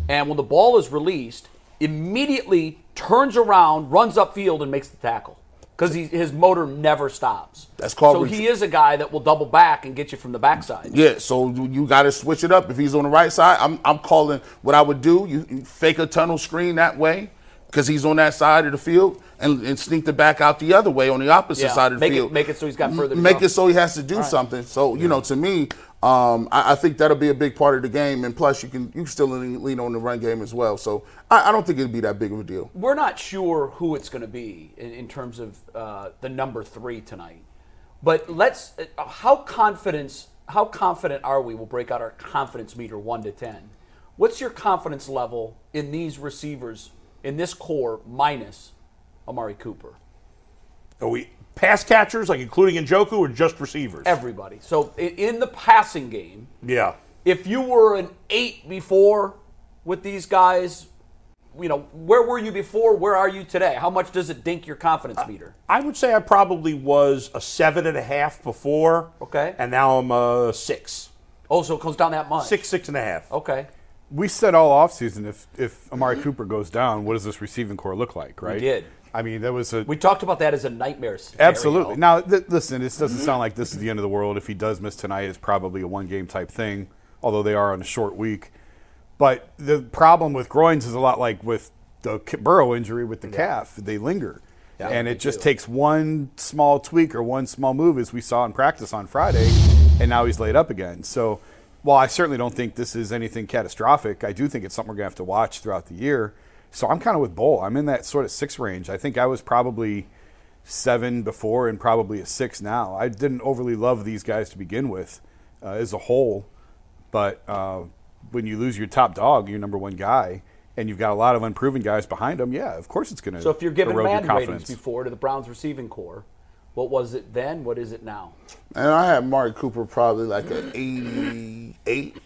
[SPEAKER 3] and when the ball is released, immediately turns around, runs upfield, and makes the tackle because his motor never stops.
[SPEAKER 5] That's called
[SPEAKER 3] So
[SPEAKER 5] ret-
[SPEAKER 3] he is a guy that will double back and get you from the backside.
[SPEAKER 5] Yeah, so you- you got to switch it up. If he's on the right side, I'm, I'm calling what I would do. You, you fake a tunnel screen that way because he's on that side of the field and, and sneak the back out the other way on the opposite
[SPEAKER 3] Yeah,
[SPEAKER 5] side of the
[SPEAKER 3] make it-
[SPEAKER 5] field.
[SPEAKER 3] make it so he's got
[SPEAKER 5] M-
[SPEAKER 3] further to
[SPEAKER 5] Make
[SPEAKER 3] go.
[SPEAKER 5] it so he has to do something. So, you know, to me, um, I, I think that'll be a big part of the game. And plus, you can you can still lean, lean on the run game as well. So I, I don't think it'd be that big of a deal.
[SPEAKER 3] We're not sure who it's going to be in, in terms of uh, the number three tonight, but let's. Uh, how confidence? How confident are we? We'll break out our confidence meter one to ten. What's your confidence level in these receivers in this core minus Amari Cooper?
[SPEAKER 4] Are we pass catchers like including Njoku or just receivers?
[SPEAKER 3] Everybody. So i- in the passing game,
[SPEAKER 4] yeah.
[SPEAKER 3] if you were an eight before with these guys, you know where were you before? Where are you today? How much does it dink your confidence meter?
[SPEAKER 4] I would say I probably was a seven and a half before.
[SPEAKER 3] Okay.
[SPEAKER 4] And now I'm a six.
[SPEAKER 3] Oh, so it comes down that much.
[SPEAKER 4] Six, six and a half.
[SPEAKER 3] Okay.
[SPEAKER 6] We said all offseason if if Amari Cooper goes down, what does this receiving core look like? Right.
[SPEAKER 3] Mm-hmm. did.
[SPEAKER 6] I mean, that was a
[SPEAKER 3] We talked about that as a nightmare. Scenario.
[SPEAKER 6] Absolutely. Now, th- listen, this doesn't sound like this is the end of the world. If he does miss tonight, it's probably a one game type thing, although they are on a short week. But the problem with groins is a lot like with the K- Burrow injury with the calf, they linger. and it just takes one small tweak or one small move, as we saw in practice on Friday, and now he's laid up again. So, while I certainly don't think this is anything catastrophic, I do think it's something we're going to have to watch throughout the year. So, I'm kind of with Bull. I'm in that sort of six range. I think I was probably seven before and probably a six now. I didn't overly love these guys to begin with uh, as a whole, but uh, when you lose your top dog, your number one guy, and you've got a lot of unproven guys behind him, yeah, of course it's going to.
[SPEAKER 3] So if you're giving
[SPEAKER 6] erode your
[SPEAKER 3] man ratings
[SPEAKER 6] confidence.
[SPEAKER 3] before to the Browns receiving core, what was it then? What is it now?
[SPEAKER 5] And I had Mark Cooper probably like a 88.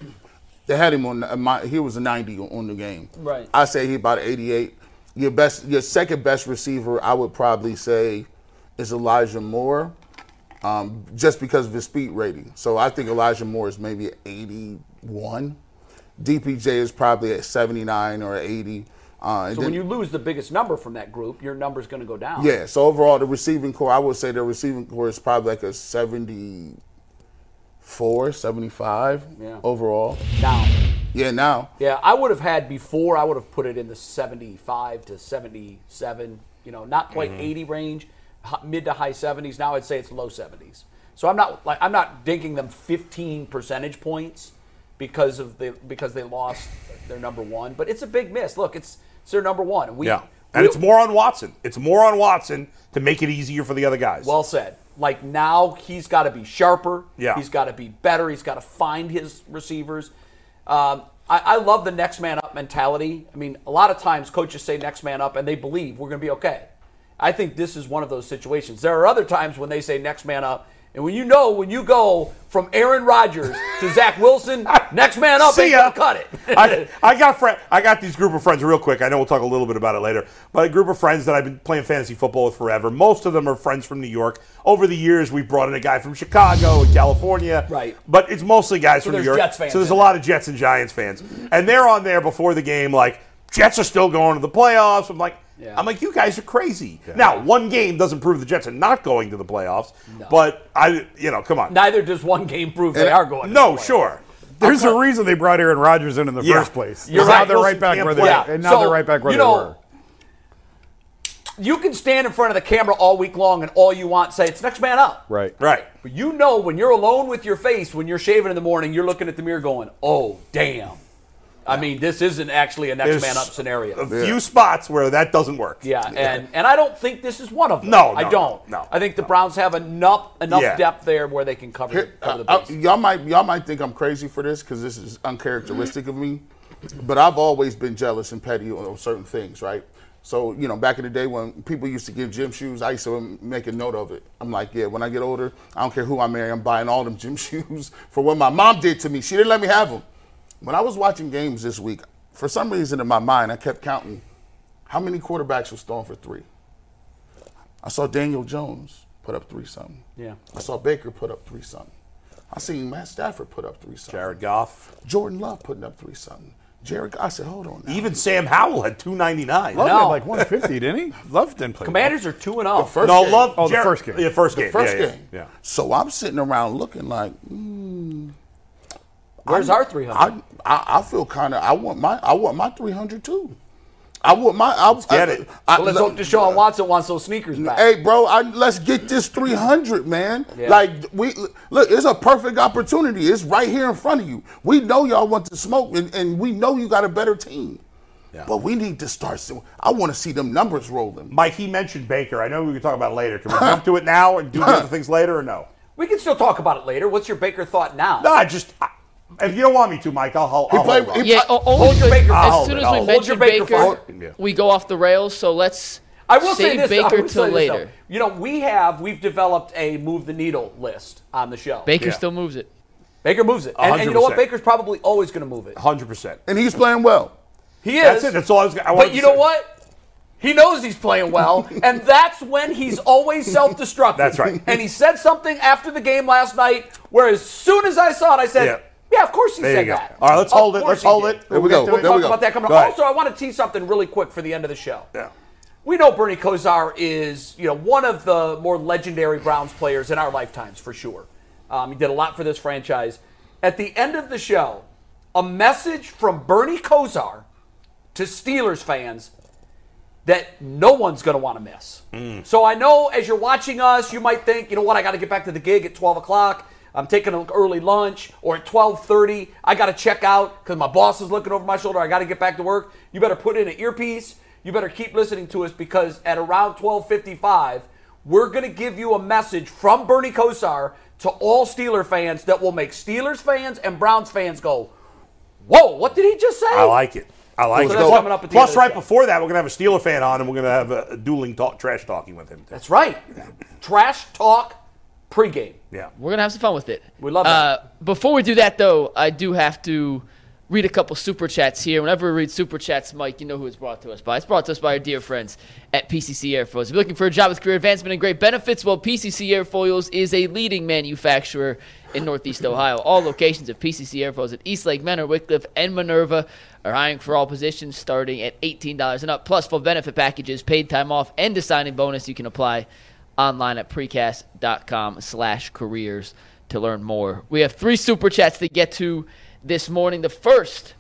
[SPEAKER 5] They had him on uh, my he was a 90 on the game.
[SPEAKER 7] Right.
[SPEAKER 5] I say he about 88. Your best your second best receiver I would probably say is Elijah Moore. Um, just because of his speed rating. So I think Elijah Moore is maybe 81. DPJ is probably at 79 or 80. Uh, and
[SPEAKER 3] So
[SPEAKER 5] then-
[SPEAKER 3] when you lose the biggest number from that group, your number's going to go down.
[SPEAKER 5] yeah, so overall, the receiving core, I would say the receiving core is probably like a 74, 75
[SPEAKER 3] Yeah.
[SPEAKER 5] overall.
[SPEAKER 3] Down.
[SPEAKER 5] Yeah, now.
[SPEAKER 3] Yeah, I would have had before. I would have put it in the 75 to 77. You know, not quite
[SPEAKER 4] Mm-hmm.
[SPEAKER 3] 80 range, h- mid to high 70s. Now I'd say it's low 70s. So I'm not like I'm not dinking them 15 percentage points because of the because they lost their number one. But it's a big miss. Look, it's it's their number one. And we
[SPEAKER 4] Yeah. And it's more on Watson. It's more on Watson to make it easier for the other guys.
[SPEAKER 3] Well said. Like now he's got to be sharper.
[SPEAKER 4] Yeah.
[SPEAKER 3] He's got to be better. He's got to find his receivers. Um, I, I love the next man up mentality. I mean, a lot of times coaches say next man up and they believe we're going to be okay. I think this is one of those situations. There are other times when they say next man up. And when you know, when you go from Aaron Rodgers to Zach Wilson, next man up,
[SPEAKER 4] See
[SPEAKER 3] ain't gonna
[SPEAKER 4] ya.
[SPEAKER 3] cut it.
[SPEAKER 4] I, I got friend, I got these group of friends real quick. I know we'll talk a little bit about it later, but a group of friends that I've been playing fantasy football with forever. Most of them are friends from New York. Over the years, we've brought in a guy from Chicago and California,
[SPEAKER 3] Right.
[SPEAKER 4] But it's mostly guys from New
[SPEAKER 3] there's
[SPEAKER 4] York.
[SPEAKER 3] Jets fans
[SPEAKER 4] so there's a
[SPEAKER 3] in
[SPEAKER 4] lot of Jets and Giants fans, and they're on there before the game like Jets are still going to the playoffs. I'm like.
[SPEAKER 3] Yeah.
[SPEAKER 4] I'm like, you guys are crazy. Now, one game doesn't prove the Jets are not going to the playoffs, but I, you know, come on.
[SPEAKER 3] Neither does one game prove they
[SPEAKER 5] And-
[SPEAKER 3] are going. to
[SPEAKER 4] no,
[SPEAKER 3] the playoffs.
[SPEAKER 4] sure.
[SPEAKER 6] There's a reason they brought Aaron Rodgers in in the
[SPEAKER 4] Yeah.
[SPEAKER 6] first place.
[SPEAKER 4] You're
[SPEAKER 6] Now
[SPEAKER 4] right.
[SPEAKER 6] They're
[SPEAKER 4] Wilson
[SPEAKER 6] right back
[SPEAKER 4] can't
[SPEAKER 6] where they
[SPEAKER 4] play.
[SPEAKER 3] Yeah.
[SPEAKER 6] and now
[SPEAKER 3] So,
[SPEAKER 6] they're right back where
[SPEAKER 3] you
[SPEAKER 6] they
[SPEAKER 3] know,
[SPEAKER 6] were.
[SPEAKER 3] You can stand in front of the camera all week long and all you want say it's next man up.
[SPEAKER 6] Right.
[SPEAKER 4] Right.
[SPEAKER 3] But you know when you're alone with your face when you're shaving in the morning, you're looking at the mirror going, "Oh, damn." I mean, this isn't actually a next
[SPEAKER 4] There's
[SPEAKER 3] man up
[SPEAKER 4] A
[SPEAKER 3] scenario.
[SPEAKER 4] few spots where that doesn't work.
[SPEAKER 3] Yeah, and and I don't think this is one of them.
[SPEAKER 4] No,
[SPEAKER 3] I
[SPEAKER 4] no,
[SPEAKER 3] don't.
[SPEAKER 4] no,
[SPEAKER 3] I think the
[SPEAKER 4] no.
[SPEAKER 3] Browns have enough enough
[SPEAKER 4] Yeah.
[SPEAKER 3] depth there where they can cover,
[SPEAKER 5] Here- uh,
[SPEAKER 3] cover the
[SPEAKER 5] I- I-
[SPEAKER 3] base.
[SPEAKER 5] y'all might y'all might think I'm crazy for this because this is uncharacteristic of me, but I've always been jealous and petty on, on certain things, right? So you know, back in the day when people used to give gym shoes, I used to make a note of it. I'm like, yeah, when I get older, I don't care who I marry, I'm buying all them gym shoes for what my mom did to me. She didn't let me have them. When I was watching games this week, for some reason in my mind, I kept counting how many quarterbacks was thrown for three. I saw Daniel Jones put up three something.
[SPEAKER 3] Yeah.
[SPEAKER 5] I saw Baker put up three something. I seen Matt Stafford put up three something.
[SPEAKER 4] Jared Goff.
[SPEAKER 5] Jordan Love putting up three something. Jared, I said, hold on. Now.
[SPEAKER 4] Even Sam Howell had 299.
[SPEAKER 6] Love
[SPEAKER 3] No.
[SPEAKER 6] had like 150, didn't he? Love didn't play.
[SPEAKER 3] Commanders are 2 and 0.
[SPEAKER 5] first
[SPEAKER 4] no,
[SPEAKER 5] game.
[SPEAKER 4] love.
[SPEAKER 6] Oh, the
[SPEAKER 4] Jared-
[SPEAKER 6] first game.
[SPEAKER 4] Yeah, first game.
[SPEAKER 5] the first
[SPEAKER 4] yeah, yeah,
[SPEAKER 5] game.
[SPEAKER 4] Yeah.
[SPEAKER 5] So I'm sitting around looking like, mm,
[SPEAKER 3] Where's
[SPEAKER 5] I'm-
[SPEAKER 3] our 300?
[SPEAKER 5] I, I I feel kind of I want my I want my 300 too. I want my I
[SPEAKER 4] get
[SPEAKER 5] I,
[SPEAKER 4] it.
[SPEAKER 5] I- uh,
[SPEAKER 3] Well, let's hope Deshaun Watson wants those sneakers back.
[SPEAKER 5] Hey, bro, I, let's get this 300, man.
[SPEAKER 3] Yeah.
[SPEAKER 5] Like, we look, it's a perfect opportunity. It's right here in front of you. We know y'all want to smoke, and, and we know you got a better team. But we need to start. so- I want to see them numbers rolling.
[SPEAKER 4] Mike, he mentioned Baker. I know we can talk about it later. Can we jump to it now and do the other things later or no?
[SPEAKER 3] we can still talk about it later. What's your Baker thought now?
[SPEAKER 4] No, I just. I, if you don't want me to, Mike, I'll, I'll, I'll
[SPEAKER 5] played-
[SPEAKER 4] hold
[SPEAKER 5] he
[SPEAKER 4] on.
[SPEAKER 5] played-
[SPEAKER 7] Yeah,
[SPEAKER 5] I-
[SPEAKER 7] o- only
[SPEAKER 3] your
[SPEAKER 7] because
[SPEAKER 3] Baker
[SPEAKER 4] phone.
[SPEAKER 7] as soon as
[SPEAKER 4] Hold
[SPEAKER 7] we
[SPEAKER 4] your
[SPEAKER 7] mention
[SPEAKER 3] Baker
[SPEAKER 7] Baker,
[SPEAKER 3] phone.
[SPEAKER 4] Yeah.
[SPEAKER 7] we go off the rails. So let's
[SPEAKER 3] I will
[SPEAKER 7] save
[SPEAKER 3] say this. I
[SPEAKER 7] Baker till
[SPEAKER 3] will say this, though.
[SPEAKER 7] later.
[SPEAKER 3] you know, we have we've developed a move the needle list on the show.
[SPEAKER 7] Baker
[SPEAKER 4] Yeah.
[SPEAKER 7] still moves it.
[SPEAKER 3] Baker moves it, and, and you know what?
[SPEAKER 4] 100%.
[SPEAKER 3] Baker's probably always going to move it.
[SPEAKER 4] 100%.
[SPEAKER 5] And he's playing well.
[SPEAKER 3] He is.
[SPEAKER 4] That's it. That's all I was gonna- I wanted
[SPEAKER 3] But you
[SPEAKER 4] to
[SPEAKER 3] know
[SPEAKER 4] say.
[SPEAKER 3] what? He knows he's playing well, and that's when he's always self-destructive.
[SPEAKER 4] That's right.
[SPEAKER 3] And he said something after the game last night, where as soon as I saw it, I said,
[SPEAKER 4] Yeah.
[SPEAKER 3] "Yeah, of course he
[SPEAKER 4] There you
[SPEAKER 3] said
[SPEAKER 4] go.
[SPEAKER 3] that." Oh,
[SPEAKER 4] All right, let's
[SPEAKER 3] Of
[SPEAKER 4] hold it.
[SPEAKER 3] course
[SPEAKER 4] Let's
[SPEAKER 3] he
[SPEAKER 4] hold
[SPEAKER 3] did.
[SPEAKER 4] it.
[SPEAKER 5] There we go.
[SPEAKER 3] We'll
[SPEAKER 5] There
[SPEAKER 3] talk
[SPEAKER 5] we go.
[SPEAKER 3] about that coming up.
[SPEAKER 4] Go ahead.
[SPEAKER 3] Also, I want to tease something really quick for the end of the show.
[SPEAKER 4] Yeah.
[SPEAKER 3] We know Bernie Kosar is, you know, one of the more legendary Browns players in our lifetimes for sure. Um, he did a lot for this franchise. At the end of the show, a message from Bernie Kosar to Steelers fans that no one's going to want to miss.
[SPEAKER 4] Mm.
[SPEAKER 3] So I know as you're watching us, you might think, you know what, I got to get back to the gig at 12 o'clock. I'm taking an early lunch, or at 12:30, I got to check out because my boss is looking over my shoulder. I got to get back to work. You better put in an earpiece. You better keep listening to us because at around 12:55, we're going to give you a message from Bernie Kosar to all Steeler fans that will make Steelers fans and Browns fans go, "Whoa, what did he just say?"
[SPEAKER 4] I like it. I like
[SPEAKER 3] So
[SPEAKER 4] it.
[SPEAKER 3] that's
[SPEAKER 4] Plus-
[SPEAKER 3] coming up at the end of
[SPEAKER 4] Plus,
[SPEAKER 3] the
[SPEAKER 4] right
[SPEAKER 3] show.
[SPEAKER 4] before that, we're gonna have a Steeler fan on, and we're gonna have a, a dueling talk, trash talking with him.
[SPEAKER 3] That's right. Trash talk pregame.
[SPEAKER 4] Yeah.
[SPEAKER 7] We're gonna have some fun with it.
[SPEAKER 3] We love
[SPEAKER 7] Uh, before we do that, though, I do have to read a couple super chats here. Whenever we read super chats, Mike, you know who it's brought to us by. It's brought to us by our dear friends at PCC Airfoils. If you're looking for a job with career advancement and great benefits, well, PCC Airfoils is a leading manufacturer in Northeast Ohio. All locations of PCC Airfoils at Eastlake, Menor, Wickliffe, and Minerva are hiring for all positions starting at $18 and up, plus full benefit packages, paid time off, and a signing bonus. You can apply online at precast.com slash careers to learn more. We have three super chats to get to this morning. The first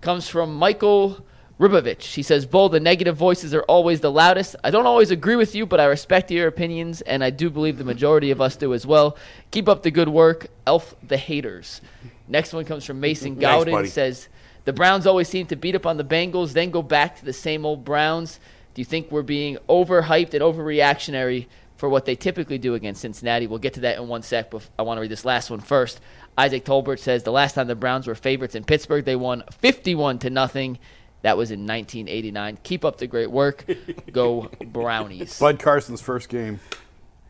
[SPEAKER 7] comes from Michael Ribovich. He says, Bull, the negative voices are always the loudest. I don't always agree with you, but I respect your opinions, and I do believe the majority of us do as well. Keep up the good work. Elf the haters. Next one comes from Mason
[SPEAKER 4] Thanks,
[SPEAKER 7] Gowden.
[SPEAKER 4] buddy.
[SPEAKER 7] says, The Browns always seem to beat up on the Bengals, then go back to the same old Browns. Do you think we're being overhyped and overreactionary for what they typically do against Cincinnati. We'll get to that in one sec, but I want to read this last one first. Isaac Tolbert says the last time the Browns were favorites in Pittsburgh, they won 51 to nothing. That was in 1989. Keep up the great work. Go Brownies.
[SPEAKER 6] Bud Carson's first game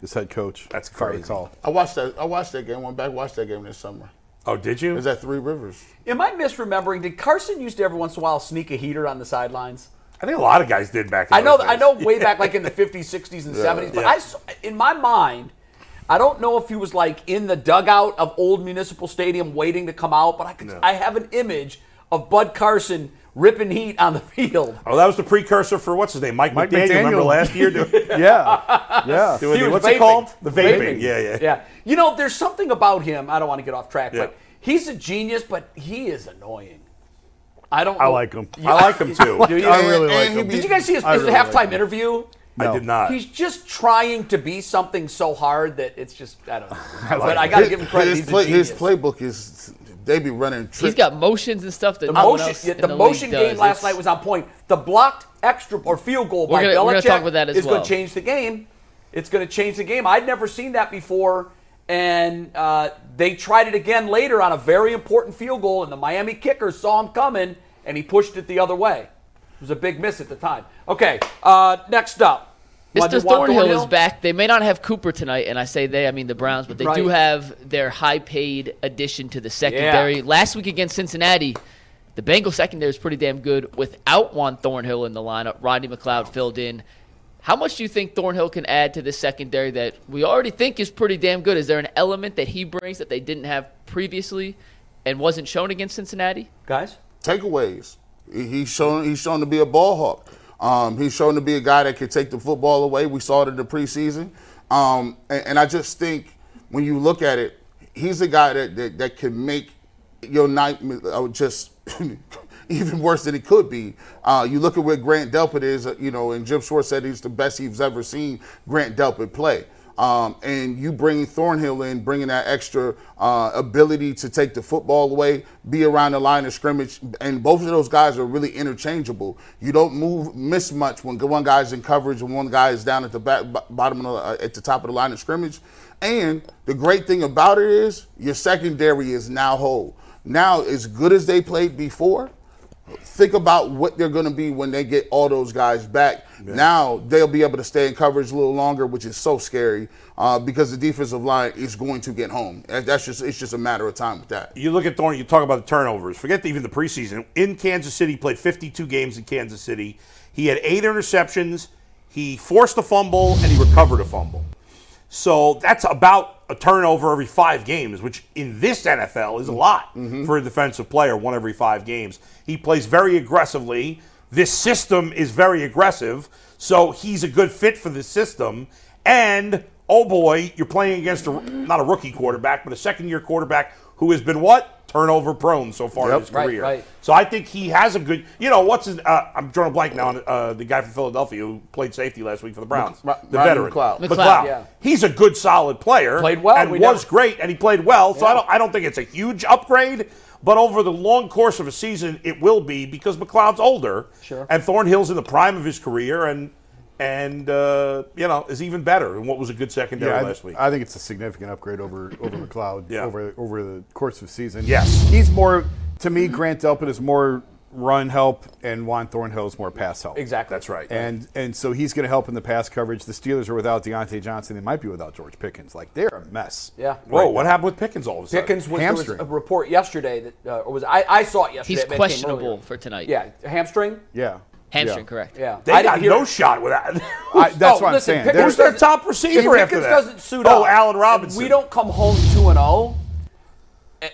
[SPEAKER 6] as head coach.
[SPEAKER 4] That's
[SPEAKER 6] if I
[SPEAKER 4] crazy.
[SPEAKER 6] recall.
[SPEAKER 5] I watched that. I watched that game. Went back. Watched that game this summer.
[SPEAKER 4] Oh, did you?
[SPEAKER 5] It was at Three Rivers.
[SPEAKER 3] Am I misremembering? Did Carson used to every once in a while sneak a heater on the sidelines?
[SPEAKER 4] I think a lot of guys did back. In
[SPEAKER 3] I know,
[SPEAKER 4] those
[SPEAKER 3] I
[SPEAKER 4] days.
[SPEAKER 3] know, way back like in the '50s, '60s, and '70s. But I s in my mind, I don't know if he was like in the dugout of old Municipal Stadium waiting to come out. But I, could, I have an image of Bud Carson ripping heat on the field.
[SPEAKER 4] Oh, that was the precursor for what's his name, Mike,
[SPEAKER 6] Mike
[SPEAKER 4] McDaniel. Remember
[SPEAKER 6] McDaniel.
[SPEAKER 4] last year? Doing,
[SPEAKER 6] Yeah, yeah.
[SPEAKER 4] doing
[SPEAKER 3] He
[SPEAKER 4] the-
[SPEAKER 3] was
[SPEAKER 4] what's
[SPEAKER 3] vaping.
[SPEAKER 4] it called? The vaping.
[SPEAKER 3] Vaping.
[SPEAKER 4] Yeah, yeah,
[SPEAKER 3] Yeah, you know, there's something about him. I don't want to get off track,
[SPEAKER 4] Yeah.
[SPEAKER 3] but he's a genius, but he is annoying. I don't.
[SPEAKER 6] I
[SPEAKER 3] know-
[SPEAKER 6] like him.
[SPEAKER 3] Yeah.
[SPEAKER 4] I like him too.
[SPEAKER 3] Do you?
[SPEAKER 6] I really like
[SPEAKER 5] And he
[SPEAKER 6] him.
[SPEAKER 5] be-
[SPEAKER 3] Did you guys see his,
[SPEAKER 6] I
[SPEAKER 3] his
[SPEAKER 6] really
[SPEAKER 3] halftime
[SPEAKER 6] like him.
[SPEAKER 3] interview?
[SPEAKER 4] I
[SPEAKER 6] No.
[SPEAKER 4] did not.
[SPEAKER 3] He's just trying to be something so hard that it's just I don't know. but
[SPEAKER 4] like
[SPEAKER 3] I
[SPEAKER 4] it.
[SPEAKER 3] got to give him credit.
[SPEAKER 5] His,
[SPEAKER 3] He's a
[SPEAKER 5] play- his
[SPEAKER 3] genius.
[SPEAKER 5] playbook is they be running tricks.
[SPEAKER 7] He's got motions and stuff that
[SPEAKER 3] The
[SPEAKER 7] no one
[SPEAKER 3] motion,
[SPEAKER 7] else
[SPEAKER 3] yeah,
[SPEAKER 7] in
[SPEAKER 3] the
[SPEAKER 7] league
[SPEAKER 3] motion game
[SPEAKER 7] does.
[SPEAKER 3] last
[SPEAKER 7] It's-
[SPEAKER 3] night was on point. The blocked extra or field goal
[SPEAKER 7] We're
[SPEAKER 3] by
[SPEAKER 7] gonna-
[SPEAKER 3] Belichick
[SPEAKER 7] we're gonna talk about that as
[SPEAKER 3] is
[SPEAKER 7] well.
[SPEAKER 3] going to change the game. It's going to change the game. I'd never seen that before, and uh, they tried it again later on a very important field goal, and the Miami kicker saw him coming, and he pushed it the other way. It was a big miss at the time. Okay, uh, next up, Wanna do
[SPEAKER 7] Mr.
[SPEAKER 3] Juan
[SPEAKER 7] Thornhill, is back. They may not have Cooper tonight, and I say they, I mean the Browns, but they do
[SPEAKER 3] Right.
[SPEAKER 7] have their high paid addition to the secondary.
[SPEAKER 3] Yeah.
[SPEAKER 7] Last week against Cincinnati, the Bengals secondary was pretty damn good without Juan Thornhill in the lineup. Rodney McLeod filled in. How much do you think Thornhill can add to this secondary that we already think is pretty damn good? Is there an element that he brings that they didn't have previously and wasn't shown against Cincinnati?
[SPEAKER 3] guys.
[SPEAKER 5] takeaways. He- He's shown he's shown to be a ball hawk. Um, he's shown to be a guy that could take the football away. We saw it in the preseason, um, and, and I just think when you look at it, he's a guy that that, that can make your night uh, just even worse than it could be. Uh, you look at where Grant Delpit is, uh, you know, and Jim Schwartz said he's the best he's ever seen Grant Delpit play. Um, and you bring Thornhill in, bringing that extra uh, ability to take the football away, be around the line of scrimmage, and both of those guys are really interchangeable. You don't move miss much when one guy's in coverage and one guy is down at the back, bo- bottom of the, uh, at the top of the line of scrimmage. And the great thing about it is your secondary is now whole. Now, as good as they played before, think about what they're going to be when they get all those guys back. Now they'll be able to stay in coverage a little longer, which is so scary uh, because the defensive line is going to get home. And That's just it's just a matter of time with that.
[SPEAKER 4] you look at Thorne, you talk about the turnovers. Forget even the preseason. In Kansas City, he played 52 games in Kansas City. He had eight interceptions. He forced a fumble and he recovered a fumble. So that's about a turnover every five games, which in this NFL is a lot for a defensive player, one every five games. He plays very aggressively. This system is very aggressive, so he's a good fit for the system. And oh boy, you're playing against a, not a rookie quarterback, but a second year quarterback who has been what? Turnover prone so far in
[SPEAKER 6] Yep.
[SPEAKER 4] his
[SPEAKER 3] Right,
[SPEAKER 4] career.
[SPEAKER 3] right.
[SPEAKER 4] So I think he has a good, you know, what's his, uh, I'm drawing a blank now on uh, the guy from Philadelphia who played safety last week for the Browns,
[SPEAKER 5] Mc-
[SPEAKER 4] the
[SPEAKER 5] Rodney
[SPEAKER 4] veteran.
[SPEAKER 5] McLeod.
[SPEAKER 7] McLeod,
[SPEAKER 3] yeah.
[SPEAKER 4] He's a good, solid player.
[SPEAKER 3] Played well.
[SPEAKER 4] And
[SPEAKER 3] We
[SPEAKER 4] was
[SPEAKER 3] never-
[SPEAKER 4] great, and he played well. So I, don't, I don't think it's a huge upgrade, but over the long course of a season, it will be because McLeod's older.
[SPEAKER 3] Sure.
[SPEAKER 4] And Thornhill's in the prime of his career, and and uh, you know is even better than what was a good secondary
[SPEAKER 6] Yeah, I,
[SPEAKER 4] last week.
[SPEAKER 6] I think it's a significant upgrade over over McLeod
[SPEAKER 4] Yeah.
[SPEAKER 6] over over the course of the season.
[SPEAKER 4] Yes.
[SPEAKER 6] he's more to me. Grant Delpit is more run help, and Juan Thornhill is more pass help.
[SPEAKER 3] Exactly.
[SPEAKER 4] That's right.
[SPEAKER 6] And and so he's going to help in the pass coverage. The Steelers are without Deontay Johnson. They might be without George Pickens. Like they're a mess.
[SPEAKER 3] Yeah.
[SPEAKER 4] Whoa, what happened with Pickens all of a sudden?
[SPEAKER 3] Pickens was, there was
[SPEAKER 6] Hamstring.
[SPEAKER 3] a report yesterday that uh, or was I, I saw it yesterday.
[SPEAKER 7] He's
[SPEAKER 3] but it came earlier.
[SPEAKER 7] questionable for tonight.
[SPEAKER 3] Yeah, hamstring.
[SPEAKER 6] Yeah.
[SPEAKER 7] Hamstring,
[SPEAKER 6] Yeah.
[SPEAKER 7] correct.
[SPEAKER 3] Yeah,
[SPEAKER 4] They
[SPEAKER 3] I
[SPEAKER 4] got
[SPEAKER 3] didn't hear
[SPEAKER 4] no
[SPEAKER 3] it.
[SPEAKER 4] shot with that.
[SPEAKER 6] I, that's what I'm
[SPEAKER 3] listen,
[SPEAKER 6] saying.
[SPEAKER 3] Pick-
[SPEAKER 6] They're-
[SPEAKER 4] Who's their
[SPEAKER 3] doesn't-
[SPEAKER 4] top receiver
[SPEAKER 3] if
[SPEAKER 4] after
[SPEAKER 3] Pickens
[SPEAKER 4] that?
[SPEAKER 3] doesn't suit
[SPEAKER 4] Oh,
[SPEAKER 3] up,
[SPEAKER 4] Allen
[SPEAKER 3] and
[SPEAKER 4] Robinson.
[SPEAKER 3] We don't come home two and zero.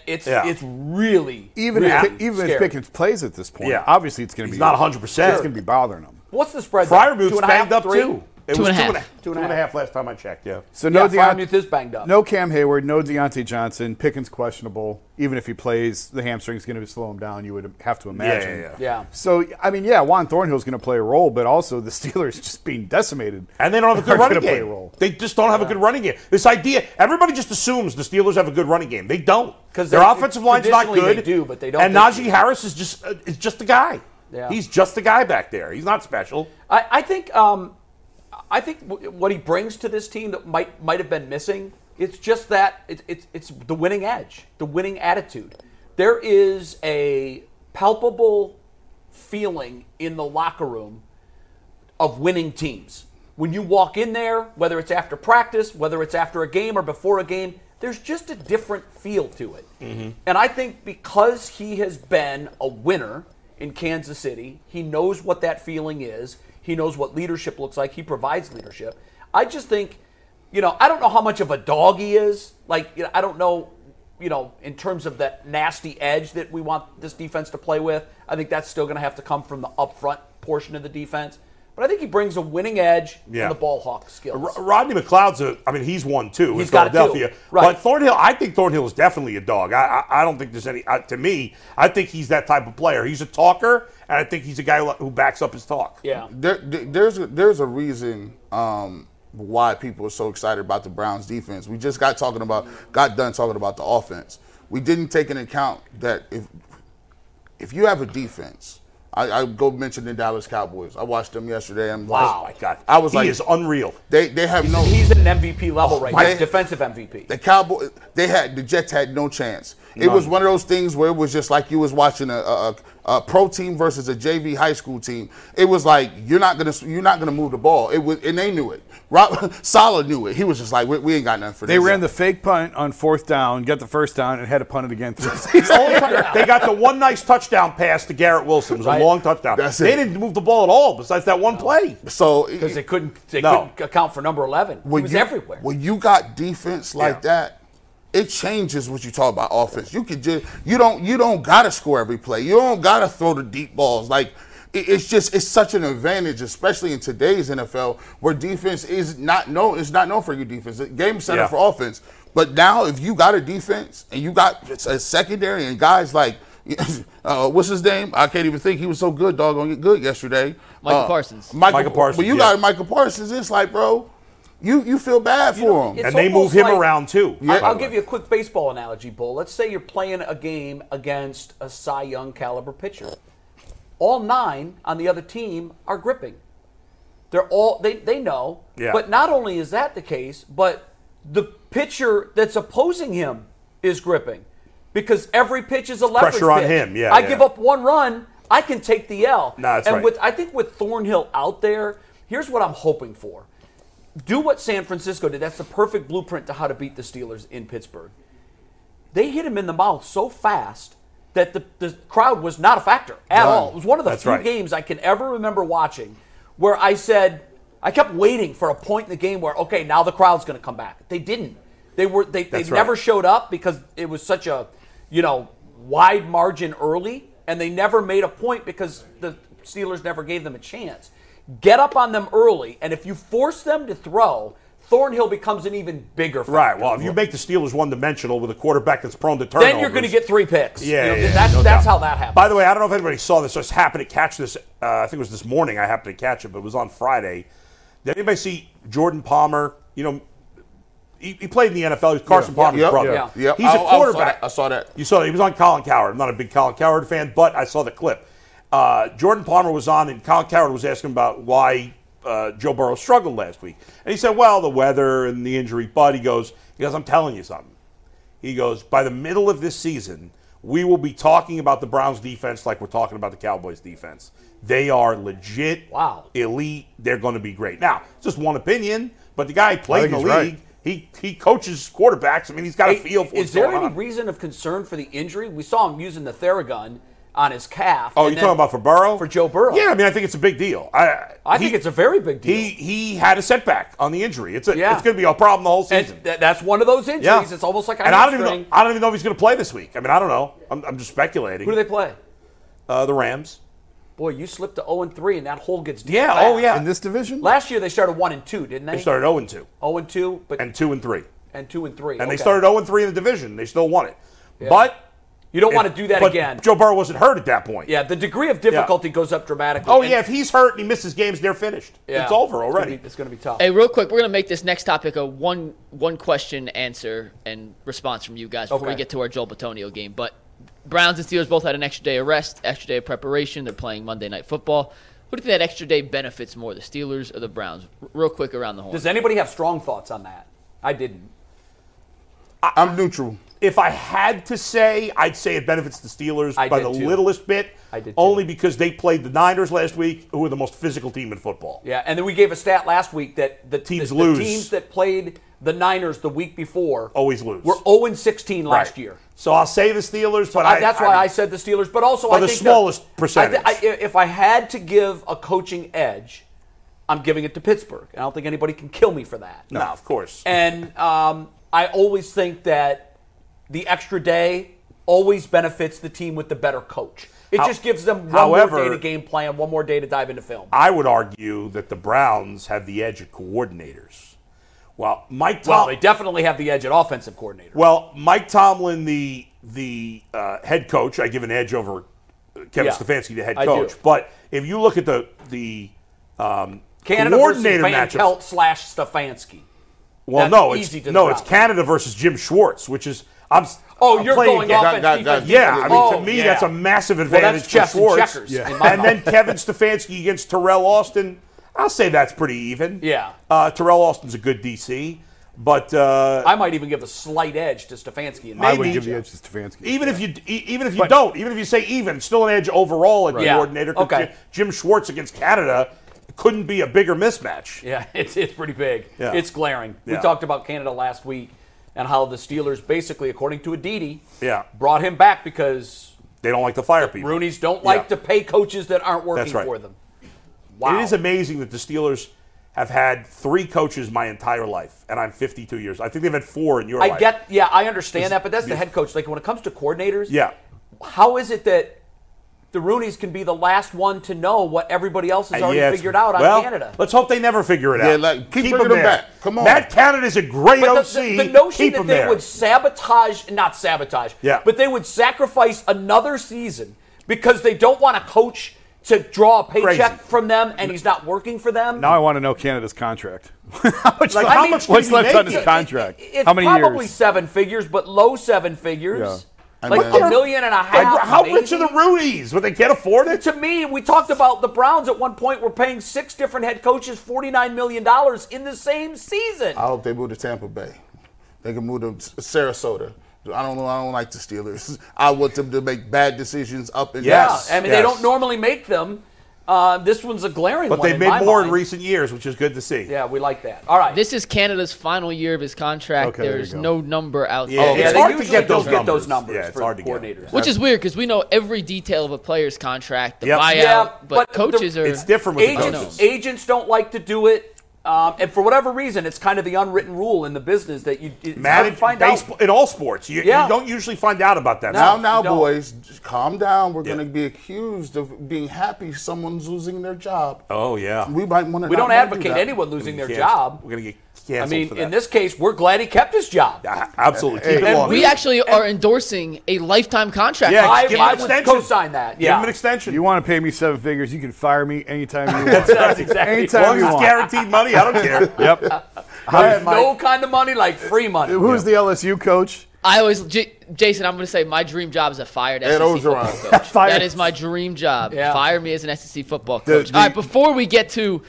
[SPEAKER 3] It's
[SPEAKER 4] Yeah.
[SPEAKER 3] it's really
[SPEAKER 6] even
[SPEAKER 3] really
[SPEAKER 6] if, Pick- even
[SPEAKER 3] scary.
[SPEAKER 6] if Pickens plays at this point,
[SPEAKER 4] Yeah.
[SPEAKER 6] obviously it's going to
[SPEAKER 4] He's
[SPEAKER 6] be
[SPEAKER 4] not 100%.
[SPEAKER 6] It's going to be bothering him.
[SPEAKER 3] What's the spread?
[SPEAKER 4] Fryer
[SPEAKER 3] Two
[SPEAKER 4] Boots
[SPEAKER 3] and a half,
[SPEAKER 4] banged up
[SPEAKER 3] three?
[SPEAKER 4] too. It
[SPEAKER 7] Two
[SPEAKER 4] was
[SPEAKER 7] and a
[SPEAKER 4] two and
[SPEAKER 7] half.
[SPEAKER 4] two and a half last time I checked. Yeah.
[SPEAKER 6] So
[SPEAKER 3] Yeah,
[SPEAKER 6] no
[SPEAKER 3] Fryermuth is banged up.
[SPEAKER 6] No Cam Hayward, no Deontay Johnson. Pickens questionable. Even if he plays, the hamstring's going to slow him down. You would have to imagine.
[SPEAKER 4] yeah, yeah.
[SPEAKER 3] Yeah.
[SPEAKER 6] So I mean, yeah, Juan Thornhill's going to play a role, but also the Steelers just being decimated.
[SPEAKER 4] And they don't have a
[SPEAKER 6] They're
[SPEAKER 4] good running
[SPEAKER 6] gonna play
[SPEAKER 4] game.
[SPEAKER 6] a role.
[SPEAKER 4] They just don't have a good running game. This idea, everybody just assumes the Steelers have a good running game. They don't.
[SPEAKER 3] 'Cause
[SPEAKER 4] their
[SPEAKER 3] they-
[SPEAKER 4] offensive line's not
[SPEAKER 3] traditionally
[SPEAKER 4] good.
[SPEAKER 3] they do, but they don't
[SPEAKER 4] And
[SPEAKER 3] this
[SPEAKER 4] Najee
[SPEAKER 3] year.
[SPEAKER 4] Harris is just uh, is just a guy.
[SPEAKER 3] Yeah.
[SPEAKER 4] He's just a guy back there. He's not special.
[SPEAKER 3] I, I think um, I think w- what he brings to this team that might might have been missing. It's just that it, it's it's the winning edge, the winning attitude. There is a palpable feeling in the locker room of winning teams. When you walk in there, whether it's after practice, whether it's after a game or before a game, there's just a different feel to it. And I think because he has been a winner in Kansas City, he knows what that feeling is. He knows what leadership looks like. He provides leadership. I just think, you know, I don't know how much of a dog he is. Like, you know, I don't know, you know, in terms of that nasty edge that we want this defense to play with. I think that's still going to have to come from the upfront portion of the defense. But I think he brings a winning edge
[SPEAKER 4] Yeah.
[SPEAKER 3] and the ball hawk skills.
[SPEAKER 4] Uh, Ro- Rodney McLeod's a, I mean, he's one too in
[SPEAKER 3] He's got it, too.
[SPEAKER 4] Philadelphia.
[SPEAKER 3] Right.
[SPEAKER 4] But Thornhill, I think Thornhill is definitely a dog. I, I, I don't think there's any, I, to me, I think he's that type of player. He's a talker, and I think he's a guy who who backs up his talk.
[SPEAKER 3] yeah.
[SPEAKER 5] There, there- there's a, there's a reason um, why people are so excited about the Browns defense. We just got talking about got done talking about the offense. We didn't take into account that if if you have a defense, I, I go mention the Dallas Cowboys. I watched them yesterday. I'm
[SPEAKER 4] Wow.
[SPEAKER 5] like,
[SPEAKER 4] my God.
[SPEAKER 5] I was
[SPEAKER 4] he
[SPEAKER 5] like,
[SPEAKER 4] is unreal.
[SPEAKER 5] they they have no.
[SPEAKER 3] He's at an MVP
[SPEAKER 4] Oh,
[SPEAKER 3] level right
[SPEAKER 5] my-
[SPEAKER 3] now, defensive MVP.
[SPEAKER 5] The Cowboy, they had the Jets had no chance. It was one of those things where it was just like you was watching a, a, a, a pro team versus a JV high school team. It was like you're not gonna you're not gonna move the ball. It was and they knew it. Rob Sala knew it. He was just like we, we ain't got nothing for
[SPEAKER 6] They
[SPEAKER 5] this.
[SPEAKER 6] ran the fake punt on fourth down, got the first down, and had to punt it again. Through the
[SPEAKER 4] Only time- they got the one nice touchdown pass to Garrett Wilson. It was a
[SPEAKER 3] Right.
[SPEAKER 4] long touchdown.
[SPEAKER 5] That's
[SPEAKER 4] they
[SPEAKER 5] it.
[SPEAKER 4] didn't move the ball at all besides that one play.
[SPEAKER 5] so
[SPEAKER 3] Because they couldn't they
[SPEAKER 4] No.
[SPEAKER 3] couldn't account for number eleven. He was
[SPEAKER 5] you,
[SPEAKER 3] everywhere.
[SPEAKER 5] When you got defense like
[SPEAKER 4] Yeah.
[SPEAKER 5] that, it changes what you talk about offense. You could just you don't you don't gotta score every play. You don't gotta throw the deep balls. Like it- it's just it's such an advantage, especially in today's NFL where defense is not known. It's not known for your defense. The Game center
[SPEAKER 4] Yeah.
[SPEAKER 5] for offense. But now if you got a defense and you got a secondary and guys like. Uh, what's his name? I can't even think. He was so good, doggone good yesterday.
[SPEAKER 7] Michael
[SPEAKER 5] Uh,
[SPEAKER 7] Parsons.
[SPEAKER 4] Michael Parsons,
[SPEAKER 5] But you
[SPEAKER 4] yeah.
[SPEAKER 5] got Michael Parsons. It's like, bro, you you feel bad for
[SPEAKER 3] know,
[SPEAKER 5] him.
[SPEAKER 3] it's
[SPEAKER 4] And they
[SPEAKER 3] almost
[SPEAKER 4] move him
[SPEAKER 3] like-
[SPEAKER 4] around too.
[SPEAKER 3] I- I'll give you a quick baseball analogy, Bull. Let's say you're playing a game against a Cy Young caliber pitcher. All nine on the other team are gripping. They're all they, they know.
[SPEAKER 4] Yeah.
[SPEAKER 3] But not only is that the case, but the pitcher that's opposing him is gripping. Because every pitch is a leverage
[SPEAKER 4] pressure on
[SPEAKER 3] pitch.
[SPEAKER 4] him, yeah,
[SPEAKER 3] I
[SPEAKER 4] yeah.
[SPEAKER 3] give up one run, I can take the L.
[SPEAKER 4] No, that's
[SPEAKER 3] and
[SPEAKER 4] right.
[SPEAKER 3] with I think with Thornhill out there, here's what I'm hoping for do what San Francisco did. That's the perfect blueprint to how to beat the Steelers in Pittsburgh. They hit him in the mouth so fast that the, the crowd was not a factor at all. It was one of the
[SPEAKER 4] That's
[SPEAKER 3] few
[SPEAKER 4] right.
[SPEAKER 3] games I can ever remember watching where I said I kept waiting for a point in the game where okay, now the crowd's going to come back. They didn't. They were they, they
[SPEAKER 4] That's
[SPEAKER 3] never
[SPEAKER 4] right.
[SPEAKER 3] showed up because it was such a you know wide margin early and they never made a point because the Steelers never gave them a chance. Get up on them early and if you force them to throw, Thornhill becomes an even bigger factor.
[SPEAKER 4] Right. Well, if you make the Steelers one dimensional with a quarterback that's prone to turnovers,
[SPEAKER 3] then you're going to get three picks.
[SPEAKER 4] Yeah,
[SPEAKER 3] You know,
[SPEAKER 4] yeah, yeah,
[SPEAKER 3] that's
[SPEAKER 4] no
[SPEAKER 3] that's
[SPEAKER 4] doubt.
[SPEAKER 3] how that happens.
[SPEAKER 4] By the way, I don't know if anybody saw this. I just happened to catch this. Uh, I think it was this morning. I happened to catch it, but it was on Friday. Did anybody see Jordan Palmer? You know, he, he played in the NFL. He's Carson Palmer's
[SPEAKER 5] Yep,
[SPEAKER 4] brother.
[SPEAKER 5] yeah, yep.
[SPEAKER 4] He's
[SPEAKER 5] I- I
[SPEAKER 4] a
[SPEAKER 5] saw
[SPEAKER 4] quarterback.
[SPEAKER 5] that, I saw that.
[SPEAKER 4] You saw that. He was on Colin Coward. I'm not a big Colin Coward fan, but I saw the clip. Uh, Jordan Palmer was on, and Colin Coward was asking about why uh, Joe Burrow struggled last week, and he said, "Well, the weather and the injury." But he goes, "He goes, I'm telling you something." He goes, by the middle of this season, we will be talking about the Browns defense like we're talking about the Cowboys defense. They are legit,
[SPEAKER 3] Wow.
[SPEAKER 4] elite. They're going to be great. Now, it's just one opinion, but the guy played in the
[SPEAKER 6] he's
[SPEAKER 4] league.
[SPEAKER 6] right.
[SPEAKER 4] He he coaches quarterbacks. I mean, he's got a feel for what's
[SPEAKER 3] is there
[SPEAKER 4] going
[SPEAKER 3] any
[SPEAKER 4] on.
[SPEAKER 3] reason of concern for the injury? We saw him using the Theragun on his calf.
[SPEAKER 4] Oh,
[SPEAKER 3] and
[SPEAKER 4] you're
[SPEAKER 3] then-
[SPEAKER 4] talking about for Burrow?
[SPEAKER 3] For Joe Burrow.
[SPEAKER 4] Yeah, I mean, I think it's a big deal. I
[SPEAKER 3] I think it's a very big deal.
[SPEAKER 4] He he had a setback on the injury. It's a,
[SPEAKER 3] Yeah.
[SPEAKER 4] it's going to be a problem the whole
[SPEAKER 3] and
[SPEAKER 4] season.
[SPEAKER 3] th- that's one of those injuries.
[SPEAKER 4] yeah,
[SPEAKER 3] It's almost like a
[SPEAKER 4] and I don't even know,
[SPEAKER 3] hamstring.
[SPEAKER 4] I don't even know if he's going to play this week. I mean, I don't know. I'm, I'm just speculating.
[SPEAKER 3] Who do they play?
[SPEAKER 4] Uh, the Rams.
[SPEAKER 3] Boy, you slipped to 0 and 3, and that hole gets deep.
[SPEAKER 4] Yeah.
[SPEAKER 3] fast.
[SPEAKER 4] Oh, yeah.
[SPEAKER 6] in this division.
[SPEAKER 3] Last year they started 1 and 2, didn't they?
[SPEAKER 4] They started 0 2
[SPEAKER 3] 0 and 2, but
[SPEAKER 4] and 2 and 3.
[SPEAKER 3] and 2 and 3.
[SPEAKER 4] And they started 0 3 in the division. They still won it. But
[SPEAKER 3] You don't want
[SPEAKER 4] if-
[SPEAKER 3] to do that
[SPEAKER 4] but
[SPEAKER 3] again.
[SPEAKER 4] Joe Burrow wasn't hurt at that point.
[SPEAKER 3] yeah, the degree of difficulty goes up dramatically.
[SPEAKER 4] Oh
[SPEAKER 3] And-
[SPEAKER 4] yeah, if he's hurt and he misses games, they're finished.
[SPEAKER 3] yeah,
[SPEAKER 4] It's over
[SPEAKER 3] gonna
[SPEAKER 4] already.
[SPEAKER 3] be- It's going to be tough.
[SPEAKER 7] Hey, real quick, we're gonna make this next topic a one one question answer and response from you guys before we
[SPEAKER 3] Okay.
[SPEAKER 7] get to our Joel Batonio game. But Browns and Steelers both had an extra day of rest, extra day of preparation. They're playing Monday Night Football. Who do you think that extra day benefits more, the Steelers or the Browns? R- real quick around the horn.
[SPEAKER 3] Does anybody have strong thoughts on that? I didn't.
[SPEAKER 5] I'm neutral.
[SPEAKER 4] if I had to say, I'd say it benefits the Steelers
[SPEAKER 3] I
[SPEAKER 4] by
[SPEAKER 3] did
[SPEAKER 4] the
[SPEAKER 3] too.
[SPEAKER 4] littlest bit.
[SPEAKER 3] I did too.
[SPEAKER 4] only because they played the Niners last week, who are the most physical team in football.
[SPEAKER 3] Yeah, and then we gave a stat last week that the
[SPEAKER 4] Teams
[SPEAKER 3] the,
[SPEAKER 4] lose.
[SPEAKER 3] The teams that played the Niners the week before
[SPEAKER 4] Always lose.
[SPEAKER 3] Were 0 and 16 last
[SPEAKER 4] Right.
[SPEAKER 3] year.
[SPEAKER 4] So I'll say the Steelers, but
[SPEAKER 3] I-
[SPEAKER 4] I,
[SPEAKER 3] that's why I, said the Steelers, but also I
[SPEAKER 4] the
[SPEAKER 3] think
[SPEAKER 4] smallest
[SPEAKER 3] I thi-
[SPEAKER 4] percentage.
[SPEAKER 3] I, if I had to give a coaching edge, I'm giving it to Pittsburgh. I don't think anybody can kill me for that.
[SPEAKER 4] No, of course.
[SPEAKER 3] And um, I always think that the extra day always benefits the team with the better coach. It
[SPEAKER 4] How-
[SPEAKER 3] just gives them one
[SPEAKER 4] however-
[SPEAKER 3] more day to game plan, one more day to dive into film.
[SPEAKER 4] I would argue that the Browns have the edge of coordinators. Well, Mike Tom-
[SPEAKER 3] well, they definitely have the edge at offensive coordinator.
[SPEAKER 4] Well, Mike Tomlin, the the uh, head coach, I give an edge over Kevin
[SPEAKER 3] Yeah,
[SPEAKER 4] Stefanski, the head
[SPEAKER 3] I do.
[SPEAKER 4] coach. But if you look at the the um,
[SPEAKER 3] Canada
[SPEAKER 4] coordinator
[SPEAKER 3] versus Van
[SPEAKER 4] matchup,
[SPEAKER 3] Pelt slash Stefanski.
[SPEAKER 4] well,
[SPEAKER 3] that's
[SPEAKER 4] no, it's
[SPEAKER 3] easy to
[SPEAKER 4] no,
[SPEAKER 3] the
[SPEAKER 4] it's
[SPEAKER 3] Browns.
[SPEAKER 4] Canada versus Jim Schwartz, which is I'm. s-
[SPEAKER 3] Oh,
[SPEAKER 4] I'm
[SPEAKER 3] you're
[SPEAKER 4] playing
[SPEAKER 3] going
[SPEAKER 4] against-
[SPEAKER 3] offense,
[SPEAKER 5] Guys, guys,
[SPEAKER 3] defense.
[SPEAKER 5] guys,
[SPEAKER 4] Yeah, I mean,
[SPEAKER 3] Oh,
[SPEAKER 4] to me,
[SPEAKER 3] yeah.
[SPEAKER 4] that's a massive
[SPEAKER 3] that's
[SPEAKER 4] advantage
[SPEAKER 3] chess
[SPEAKER 4] for
[SPEAKER 3] and
[SPEAKER 4] Schwartz.
[SPEAKER 3] checkers, Yeah. in my
[SPEAKER 4] And then Kevin Stefanski against Terrell Austin. I'll say that's pretty even.
[SPEAKER 3] Yeah.
[SPEAKER 4] Uh, Terrell Austin's a good DC, but uh,
[SPEAKER 3] I might even give a slight edge to Stefanski. In
[SPEAKER 4] I
[SPEAKER 6] I
[SPEAKER 3] that.
[SPEAKER 6] would
[SPEAKER 4] maybe-
[SPEAKER 6] give the edge to Stefanski.
[SPEAKER 4] Even if you e- even if you don't, even if you say even, still an edge overall at the
[SPEAKER 3] Yeah.
[SPEAKER 4] coordinator. 'cause
[SPEAKER 3] Okay.
[SPEAKER 4] Jim- Jim Schwartz against Canada couldn't be a bigger mismatch.
[SPEAKER 3] Yeah, it's, it's pretty big.
[SPEAKER 4] Yeah.
[SPEAKER 3] It's glaring.
[SPEAKER 4] Yeah.
[SPEAKER 3] We talked about Canada last week and how the Steelers basically, according to Aditi,
[SPEAKER 4] Yeah.
[SPEAKER 3] brought him back because
[SPEAKER 4] They don't like to fire people.
[SPEAKER 3] Rooney's don't like
[SPEAKER 4] Yeah.
[SPEAKER 3] to pay coaches that aren't working
[SPEAKER 4] That's right.
[SPEAKER 3] for them. Wow.
[SPEAKER 4] It is amazing that the Steelers have had three coaches my entire life, and I'm 52 years. I think they've had four in your
[SPEAKER 3] I
[SPEAKER 4] life.
[SPEAKER 3] get, yeah, I understand that, but that's the
[SPEAKER 4] this-
[SPEAKER 3] head coach. Like when it comes to coordinators,
[SPEAKER 4] Yeah.
[SPEAKER 3] how is it that the Roonies can be the last one to know what everybody else has
[SPEAKER 4] Uh,
[SPEAKER 3] already
[SPEAKER 4] yeah, it's-
[SPEAKER 3] figured out on
[SPEAKER 4] well,
[SPEAKER 3] Canada?
[SPEAKER 4] Let's hope they never figure it
[SPEAKER 5] Yeah,
[SPEAKER 4] out.
[SPEAKER 5] like, keep bringing them
[SPEAKER 4] there.
[SPEAKER 5] back. Come on.
[SPEAKER 4] Matt Canada's a great
[SPEAKER 3] But the,
[SPEAKER 4] OC.
[SPEAKER 3] the- the notion
[SPEAKER 4] keep
[SPEAKER 3] that
[SPEAKER 4] him
[SPEAKER 3] they
[SPEAKER 4] there.
[SPEAKER 3] would sabotage, not sabotage,
[SPEAKER 4] Yeah.
[SPEAKER 3] but they would sacrifice another season because they don't want a coach to draw a paycheck
[SPEAKER 4] Crazy.
[SPEAKER 3] from them and he's not working for them.
[SPEAKER 6] now I want to know Canada's contract. how much,
[SPEAKER 4] Like,
[SPEAKER 6] left-
[SPEAKER 4] how much can
[SPEAKER 6] what's
[SPEAKER 4] he
[SPEAKER 6] left
[SPEAKER 4] make
[SPEAKER 6] on
[SPEAKER 4] it?
[SPEAKER 6] his contract?
[SPEAKER 3] It- it's
[SPEAKER 6] how many
[SPEAKER 3] probably
[SPEAKER 6] years?
[SPEAKER 3] seven figures, but low seven figures.
[SPEAKER 5] Yeah.
[SPEAKER 3] Like
[SPEAKER 5] And then-
[SPEAKER 3] a million and a
[SPEAKER 4] Like,
[SPEAKER 3] half.
[SPEAKER 4] how
[SPEAKER 3] maybe.
[SPEAKER 4] rich are the Ruies? But they can't afford it.
[SPEAKER 3] To me, we talked about the Browns at one point were paying six different head coaches $49 million in the same season.
[SPEAKER 4] Oh,
[SPEAKER 5] I hope they move to Tampa Bay. They can move to Sarasota. I don't know. I don't like the Steelers. I want them to make bad decisions up and
[SPEAKER 4] Yeah,
[SPEAKER 5] down.
[SPEAKER 3] I mean,
[SPEAKER 4] yes.
[SPEAKER 3] they don't normally make them. Uh, this one's a glaring
[SPEAKER 4] But
[SPEAKER 3] one.
[SPEAKER 4] they've
[SPEAKER 3] in
[SPEAKER 4] made
[SPEAKER 3] my
[SPEAKER 4] more in
[SPEAKER 3] mind.
[SPEAKER 4] recent years, which is good to see.
[SPEAKER 3] Yeah, we like that. All right.
[SPEAKER 7] This is Canada's final year of his contract.
[SPEAKER 6] Okay, there you
[SPEAKER 7] There's
[SPEAKER 6] go.
[SPEAKER 7] no number out
[SPEAKER 4] Yeah,
[SPEAKER 7] there.
[SPEAKER 3] Oh, yeah,
[SPEAKER 4] It's
[SPEAKER 3] they
[SPEAKER 4] hard to
[SPEAKER 3] usually
[SPEAKER 4] get those
[SPEAKER 3] don't get
[SPEAKER 4] numbers.
[SPEAKER 3] those numbers
[SPEAKER 4] Yeah, it's
[SPEAKER 3] for
[SPEAKER 4] hard to get.
[SPEAKER 3] coordinators.
[SPEAKER 7] Which is weird because we know every detail of a player's contract, the
[SPEAKER 4] Yep.
[SPEAKER 7] buyout,
[SPEAKER 3] Yeah,
[SPEAKER 7] but,
[SPEAKER 3] but
[SPEAKER 7] coaches
[SPEAKER 3] the-
[SPEAKER 7] are.
[SPEAKER 4] It's different with the
[SPEAKER 7] I don't
[SPEAKER 3] agents,
[SPEAKER 4] coaches.
[SPEAKER 7] know.
[SPEAKER 3] agents don't like to do it. Um, and for whatever reason, it's kind of the unwritten rule in the business that you it's hard to
[SPEAKER 4] Manage,
[SPEAKER 3] find
[SPEAKER 4] baseball,
[SPEAKER 3] out.
[SPEAKER 4] in all sports, you, you
[SPEAKER 3] Yeah.
[SPEAKER 4] don't usually find out about that.
[SPEAKER 5] Now,
[SPEAKER 4] stuff.
[SPEAKER 5] now,
[SPEAKER 3] don't.
[SPEAKER 5] boys, just calm down. We're
[SPEAKER 4] Yeah.
[SPEAKER 5] going to be accused of being happy someone's losing their job.
[SPEAKER 4] oh yeah,
[SPEAKER 5] We might want to.
[SPEAKER 3] We don't advocate anyone
[SPEAKER 4] We
[SPEAKER 3] losing their
[SPEAKER 4] can't-
[SPEAKER 3] job.
[SPEAKER 4] We're gonna get
[SPEAKER 2] I
[SPEAKER 4] canceled
[SPEAKER 2] mean,
[SPEAKER 4] for
[SPEAKER 2] in
[SPEAKER 4] that.
[SPEAKER 2] this case, we're glad he kept his job.
[SPEAKER 4] Yeah, absolutely. Keep it
[SPEAKER 2] And
[SPEAKER 4] long.
[SPEAKER 3] We actually are endorsing a lifetime contract.
[SPEAKER 4] Yeah,
[SPEAKER 2] I,
[SPEAKER 4] give him
[SPEAKER 2] I
[SPEAKER 4] an
[SPEAKER 2] would
[SPEAKER 4] extension.
[SPEAKER 2] co-sign that.
[SPEAKER 4] Give him an
[SPEAKER 2] Yeah,
[SPEAKER 4] extension.
[SPEAKER 6] You want to pay me seven figures? You can fire me anytime you want.
[SPEAKER 2] that's exactly.
[SPEAKER 4] as long
[SPEAKER 6] anytime
[SPEAKER 4] as
[SPEAKER 6] you
[SPEAKER 4] it's
[SPEAKER 6] want.
[SPEAKER 4] guaranteed money, I don't care.
[SPEAKER 6] Yep.
[SPEAKER 2] There's
[SPEAKER 6] Mike.
[SPEAKER 2] no kind of money like free money.
[SPEAKER 6] Who's the LSU coach?
[SPEAKER 3] I always, J- Jason, I'm going to say my dream job is a fired
[SPEAKER 5] Ed
[SPEAKER 3] SEC
[SPEAKER 5] Ogeron.
[SPEAKER 3] football coach.
[SPEAKER 6] Fired.
[SPEAKER 3] That is my dream job.
[SPEAKER 2] Yeah.
[SPEAKER 3] Fire me as an SEC football
[SPEAKER 6] The-
[SPEAKER 3] coach. All right,
[SPEAKER 6] the-
[SPEAKER 3] before we get to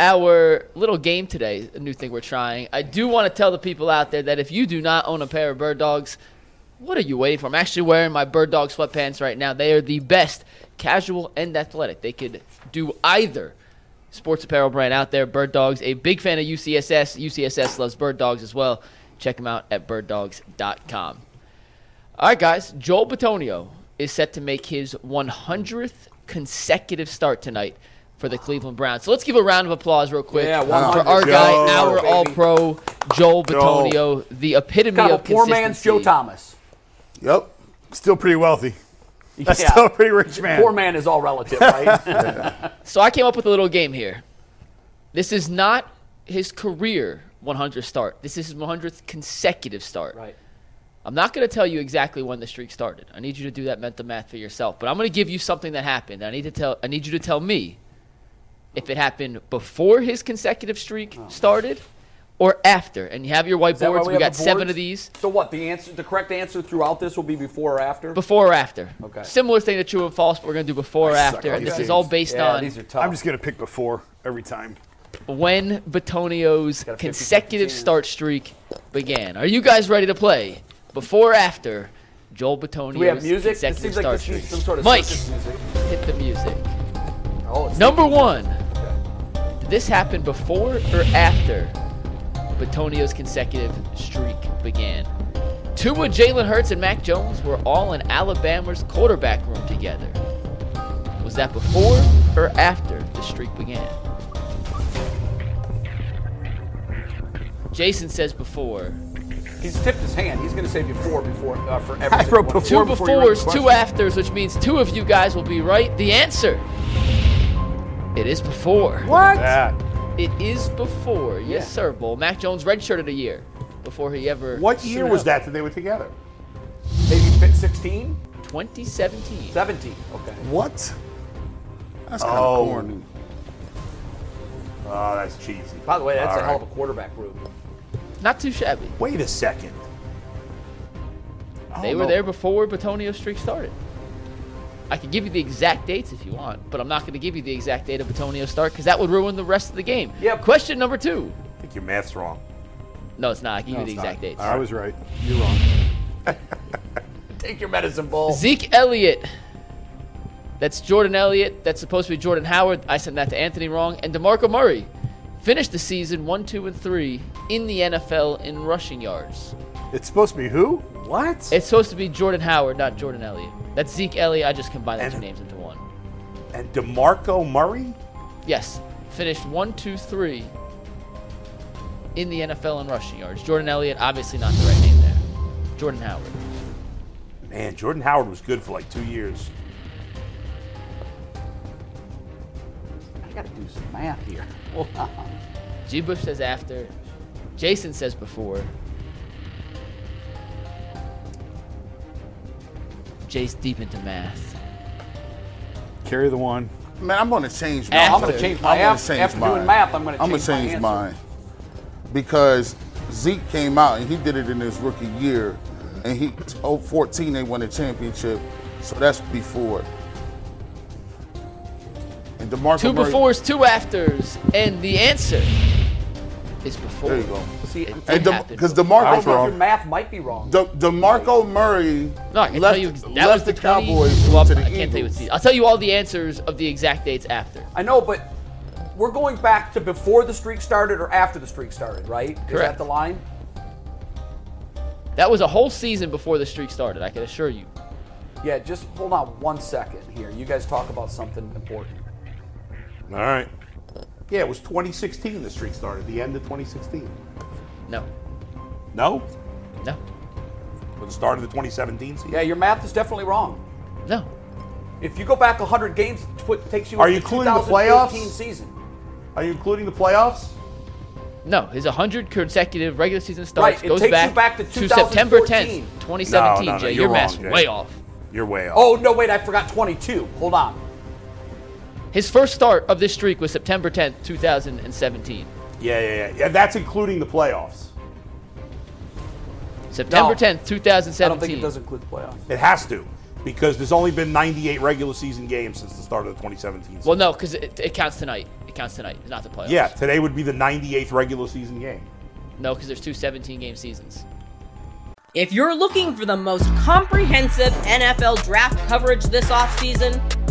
[SPEAKER 3] our little game today, a new thing we're trying, I do want to tell the people out there that if you do not own a pair of bird dogs, what are you waiting for? I'm actually wearing my bird dog sweatpants right now. They are the best casual and athletic. They could do either sports apparel brand out there, Bird Dogs. A big fan of UCSS. UCSS loves Bird Dogs as well. Check them out at birddogs.com. All right, guys. Joel Batonio is set to make his 100th consecutive start tonight for the Cleveland Browns. So let's give a round of applause real quick
[SPEAKER 2] Yeah,
[SPEAKER 3] uh, for
[SPEAKER 2] 100.
[SPEAKER 3] our guy,
[SPEAKER 2] Joe,
[SPEAKER 3] our
[SPEAKER 2] baby.
[SPEAKER 3] All-Pro Joel
[SPEAKER 4] Joel.
[SPEAKER 6] Oh,
[SPEAKER 3] Batonio, the epitome
[SPEAKER 2] kind of
[SPEAKER 3] of
[SPEAKER 2] a poor man's Joe
[SPEAKER 3] consistency.
[SPEAKER 2] Thomas.
[SPEAKER 5] Yep.
[SPEAKER 6] Still pretty wealthy. That's
[SPEAKER 2] Yeah.
[SPEAKER 6] still a pretty rich man.
[SPEAKER 2] Poor man is all relative, right?
[SPEAKER 3] So I came up with a little game here. This is not his career 100th start. This is his 100th consecutive start.
[SPEAKER 2] right.
[SPEAKER 3] I'm not going to tell you exactly when the streak started. I need you to do that mental math for yourself. But I'm going to give you something that happened. I need to tell. I need you to tell me if it happened before his consecutive streak started or after. And you have your
[SPEAKER 2] Oh. Is that why
[SPEAKER 3] whiteboards. We,
[SPEAKER 2] have
[SPEAKER 3] got
[SPEAKER 2] the
[SPEAKER 3] seven
[SPEAKER 2] boards?
[SPEAKER 3] of these.
[SPEAKER 2] So what? The answer, the correct answer throughout this will be before or after.
[SPEAKER 3] Before or after.
[SPEAKER 2] Okay.
[SPEAKER 3] Similar thing to true and false, but we're going to do before or
[SPEAKER 6] suck
[SPEAKER 3] after.
[SPEAKER 6] on
[SPEAKER 3] And
[SPEAKER 6] these
[SPEAKER 3] this is
[SPEAKER 6] games.
[SPEAKER 3] all based
[SPEAKER 2] yeah,
[SPEAKER 3] on
[SPEAKER 2] these are tough.
[SPEAKER 6] I'm just gonna pick before every time.
[SPEAKER 3] when Batonio's consecutive start streak began. Are you guys ready to play? Before or after Joel Batonio's
[SPEAKER 2] Do we have music? It
[SPEAKER 3] consecutive
[SPEAKER 2] seems like this
[SPEAKER 3] start streak?
[SPEAKER 2] is some sort of
[SPEAKER 3] Mike,
[SPEAKER 2] circus music.
[SPEAKER 3] hit the music.
[SPEAKER 2] Oh, it's
[SPEAKER 3] Number one, did this happen before or after Batonio's consecutive streak began? Tua, Jalen Hurts, and Mac Jones were all in Alabama's quarterback room together. Was that before or after the streak began? Jason says before.
[SPEAKER 2] He's tipped his hand. He's going to say before, before, uh, for every.
[SPEAKER 6] I wrote
[SPEAKER 2] single one.
[SPEAKER 3] Two
[SPEAKER 6] before before you read the
[SPEAKER 3] befores, two
[SPEAKER 6] question.
[SPEAKER 3] afters, which means two of you guys will be right. The answer. It is before.
[SPEAKER 6] Yeah.
[SPEAKER 3] It is before, yes, sir, Bull. Mac Jones redshirted a year before he ever.
[SPEAKER 4] What year was that that they were together?
[SPEAKER 2] Maybe fit 16,
[SPEAKER 3] 2017.
[SPEAKER 2] 17. Okay.
[SPEAKER 6] What?
[SPEAKER 5] That's kind of
[SPEAKER 4] Oh.
[SPEAKER 5] corny.
[SPEAKER 4] Oh, that's cheesy.
[SPEAKER 2] By the way, that's
[SPEAKER 4] All
[SPEAKER 2] a hell of
[SPEAKER 4] right.
[SPEAKER 2] a quarterback room.
[SPEAKER 3] Not too shabby.
[SPEAKER 4] Wait a second. I
[SPEAKER 3] They
[SPEAKER 4] don't
[SPEAKER 3] were
[SPEAKER 4] know.
[SPEAKER 3] there before Batonio's streak started. I can give you the exact dates if you want, but I'm not going to give you the exact date of Batonio's start because that would ruin the rest of the game.
[SPEAKER 2] Yeah.
[SPEAKER 3] Question number two.
[SPEAKER 4] I think your math's wrong.
[SPEAKER 3] No, it's not. I can give you the
[SPEAKER 4] it's not.
[SPEAKER 3] exact dates.
[SPEAKER 6] I was right. You're wrong.
[SPEAKER 2] Take your medicine ball.
[SPEAKER 3] Zeke Elliott. That's Jordan Elliott. That's supposed to be Jordan Howard. I sent that to Anthony wrong. And DeMarco Murray finished the season 1, 2, and 3 in the NFL in rushing yards.
[SPEAKER 6] It's supposed to be who?
[SPEAKER 4] What?
[SPEAKER 3] It's supposed to be Jordan Howard, not Jordan Elliott. That's Zeke Elliott. I just combined those two names into one.
[SPEAKER 4] and DeMarco Murray?
[SPEAKER 3] Yes. Finished 1, 2, 3 in the NFL in rushing yards. Jordan Elliott, obviously not the right name there. Jordan Howard.
[SPEAKER 4] Man, Jordan Howard was good for like two years.
[SPEAKER 2] I got to do some math here.
[SPEAKER 3] G. Bush says after. Jason says before. Jay's deep into math.
[SPEAKER 6] Carry the one.
[SPEAKER 5] Man, I'm going to change mine.
[SPEAKER 3] After.
[SPEAKER 2] I'm gonna change my-
[SPEAKER 5] I'm gonna
[SPEAKER 2] after-
[SPEAKER 5] change
[SPEAKER 2] after doing
[SPEAKER 5] mine.
[SPEAKER 2] math, I'm gonna
[SPEAKER 5] I'm
[SPEAKER 2] change my
[SPEAKER 5] gonna change
[SPEAKER 2] answer.
[SPEAKER 5] mine because Zeke came out and he did it in his rookie year, and he oh, 14 they won a championship, so that's before. And Demarco
[SPEAKER 3] Two
[SPEAKER 5] Murray,
[SPEAKER 3] befores, two afters, and the answer is before.
[SPEAKER 5] There you go.
[SPEAKER 2] See,
[SPEAKER 3] It
[SPEAKER 5] And
[SPEAKER 3] did happen
[SPEAKER 5] because
[SPEAKER 3] before.
[SPEAKER 2] I
[SPEAKER 5] Demarco
[SPEAKER 2] think your math might be wrong.
[SPEAKER 5] De- DeMarco Murray
[SPEAKER 3] No, I can
[SPEAKER 5] left,
[SPEAKER 3] tell you that
[SPEAKER 5] left
[SPEAKER 3] was
[SPEAKER 5] the,
[SPEAKER 3] the 20
[SPEAKER 5] Cowboys
[SPEAKER 3] Well,
[SPEAKER 5] to the
[SPEAKER 3] I can't tell you
[SPEAKER 5] Eagles.
[SPEAKER 3] what's the. I'll tell you all the answers of the exact dates after.
[SPEAKER 2] I know, but we're going back to before the streak started or after the streak started, right? Is
[SPEAKER 3] Correct.
[SPEAKER 2] that the line?
[SPEAKER 3] That was a whole season before the streak started. I can assure you.
[SPEAKER 2] Yeah, just hold on one second here. You guys talk about something important.
[SPEAKER 4] All right. Yeah, it was 2016 the streak started, the end of 2016.
[SPEAKER 3] No,
[SPEAKER 4] No?
[SPEAKER 3] no,
[SPEAKER 4] For the start of the 2017 season?
[SPEAKER 2] Yeah, your math is definitely wrong.
[SPEAKER 3] no.
[SPEAKER 2] If you go back 100 games, it tw- takes you
[SPEAKER 4] Are
[SPEAKER 2] into
[SPEAKER 4] you
[SPEAKER 2] the
[SPEAKER 4] including the
[SPEAKER 2] 2015
[SPEAKER 4] playoffs?
[SPEAKER 2] season.
[SPEAKER 4] Are you including the playoffs?
[SPEAKER 7] No, his 100 consecutive regular season starts
[SPEAKER 3] Right, it
[SPEAKER 7] goes
[SPEAKER 3] takes
[SPEAKER 7] back,
[SPEAKER 3] you back to
[SPEAKER 7] September
[SPEAKER 3] 2014.
[SPEAKER 7] 10th, 2017.
[SPEAKER 4] No, no, no,
[SPEAKER 7] Jay,
[SPEAKER 4] you're
[SPEAKER 7] your math's
[SPEAKER 4] wrong, Jay.
[SPEAKER 7] way off.
[SPEAKER 4] You're way off.
[SPEAKER 3] Oh no, wait, I forgot 22. Hold on.
[SPEAKER 7] His first start of this streak was September 10th, 2017.
[SPEAKER 4] yeah, yeah, yeah, yeah. That's including the playoffs.
[SPEAKER 7] September
[SPEAKER 3] No.
[SPEAKER 7] 10th, 2017.
[SPEAKER 3] I don't think it does include the playoffs.
[SPEAKER 4] It has to because there's only been 98 regular season games since the start of the 2017 season.
[SPEAKER 7] Well, no, because it, it counts tonight. It counts tonight. It's not the playoffs.
[SPEAKER 4] yeah, today would be the 98th regular season game.
[SPEAKER 7] No, because there's two 17 game seasons.
[SPEAKER 9] If you're looking for the most comprehensive NFL draft coverage this offseason,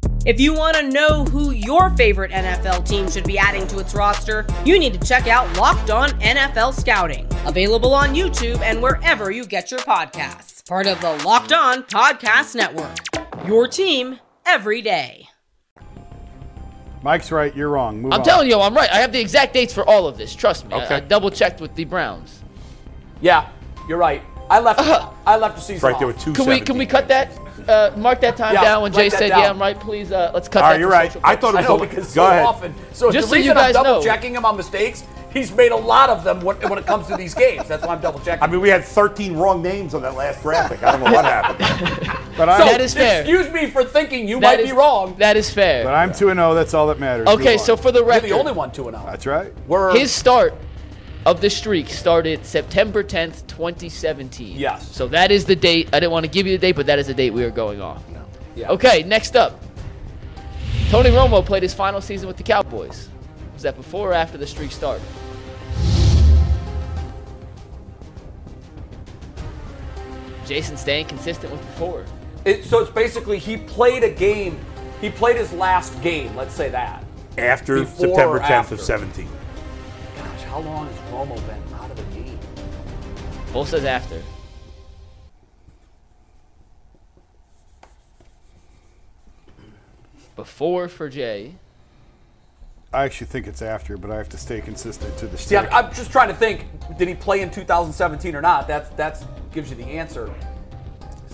[SPEAKER 9] If you want to know who your favorite NFL team should be adding to its roster, you need to check out Locked On NFL Scouting, available on YouTube and wherever you get your podcasts. Part of the Locked On Podcast Network. Your team every day.
[SPEAKER 6] Mike's right. You're wrong. Move
[SPEAKER 7] I'm
[SPEAKER 6] on.
[SPEAKER 7] telling you, Oh, I'm right. I have the exact dates for all of this. Trust me. I-
[SPEAKER 4] Okay.
[SPEAKER 7] I, double checked with the Browns.
[SPEAKER 3] Yeah, you're right. I left. I left the season.
[SPEAKER 4] Right there
[SPEAKER 3] off.
[SPEAKER 4] with two.
[SPEAKER 7] Can we can we cut that? Uh, mark that time
[SPEAKER 3] Yeah,
[SPEAKER 7] down when Jay
[SPEAKER 3] write that
[SPEAKER 7] said,
[SPEAKER 3] down.
[SPEAKER 7] "Yeah, I'm right." Please, uh, let's cut
[SPEAKER 4] All
[SPEAKER 7] that."
[SPEAKER 4] right, you're
[SPEAKER 7] for
[SPEAKER 4] right.
[SPEAKER 7] social
[SPEAKER 4] I
[SPEAKER 7] purposes.
[SPEAKER 4] thought
[SPEAKER 3] I
[SPEAKER 4] it
[SPEAKER 3] know
[SPEAKER 4] was.
[SPEAKER 3] because
[SPEAKER 4] go
[SPEAKER 3] so
[SPEAKER 4] ahead.
[SPEAKER 3] often. So
[SPEAKER 7] Just
[SPEAKER 3] the
[SPEAKER 7] so you
[SPEAKER 3] reason
[SPEAKER 7] guys
[SPEAKER 3] I'm double
[SPEAKER 7] know.
[SPEAKER 3] checking him on mistakes, he's made a lot of them when, when it comes to these games. That's why I'm double checking.
[SPEAKER 4] I mean, we had 13 wrong names on that last graphic. I don't know what happened.
[SPEAKER 6] But I'm,
[SPEAKER 7] that is fair.
[SPEAKER 3] Excuse me for thinking you
[SPEAKER 7] That
[SPEAKER 3] might
[SPEAKER 7] is-
[SPEAKER 3] be wrong.
[SPEAKER 7] That is fair.
[SPEAKER 6] but I'm two and zero. That's all that matters.
[SPEAKER 7] okay,
[SPEAKER 6] Move
[SPEAKER 7] so
[SPEAKER 6] on.
[SPEAKER 7] for the
[SPEAKER 3] You're
[SPEAKER 7] record,
[SPEAKER 3] the only one two and oh. zero.
[SPEAKER 6] that's right.
[SPEAKER 3] We're
[SPEAKER 7] his start of the streak started September 10th, 2017.
[SPEAKER 3] Yes.
[SPEAKER 7] So that is the date. I didn't want to give you the date, but that is the date we are going off. No.
[SPEAKER 3] Yeah.
[SPEAKER 7] Okay, next up. Tony Romo played his final season with the Cowboys. Was that before or after the streak started? Jason staying consistent with before.
[SPEAKER 3] It, so it's basically he played a game. He played his last game. Let's say that.
[SPEAKER 4] After
[SPEAKER 3] Before
[SPEAKER 4] September
[SPEAKER 3] or
[SPEAKER 4] 10th
[SPEAKER 3] after?
[SPEAKER 4] of 17.
[SPEAKER 3] Gosh, how long has Romo been out of the game?
[SPEAKER 7] Bull says after. Before for Jay.
[SPEAKER 6] I actually think it's after, but I have to stay consistent to the.
[SPEAKER 3] See, I'm,
[SPEAKER 6] streak.
[SPEAKER 3] I'm just trying to think. Did he play in 2017 or not? That's that's gives you the answer.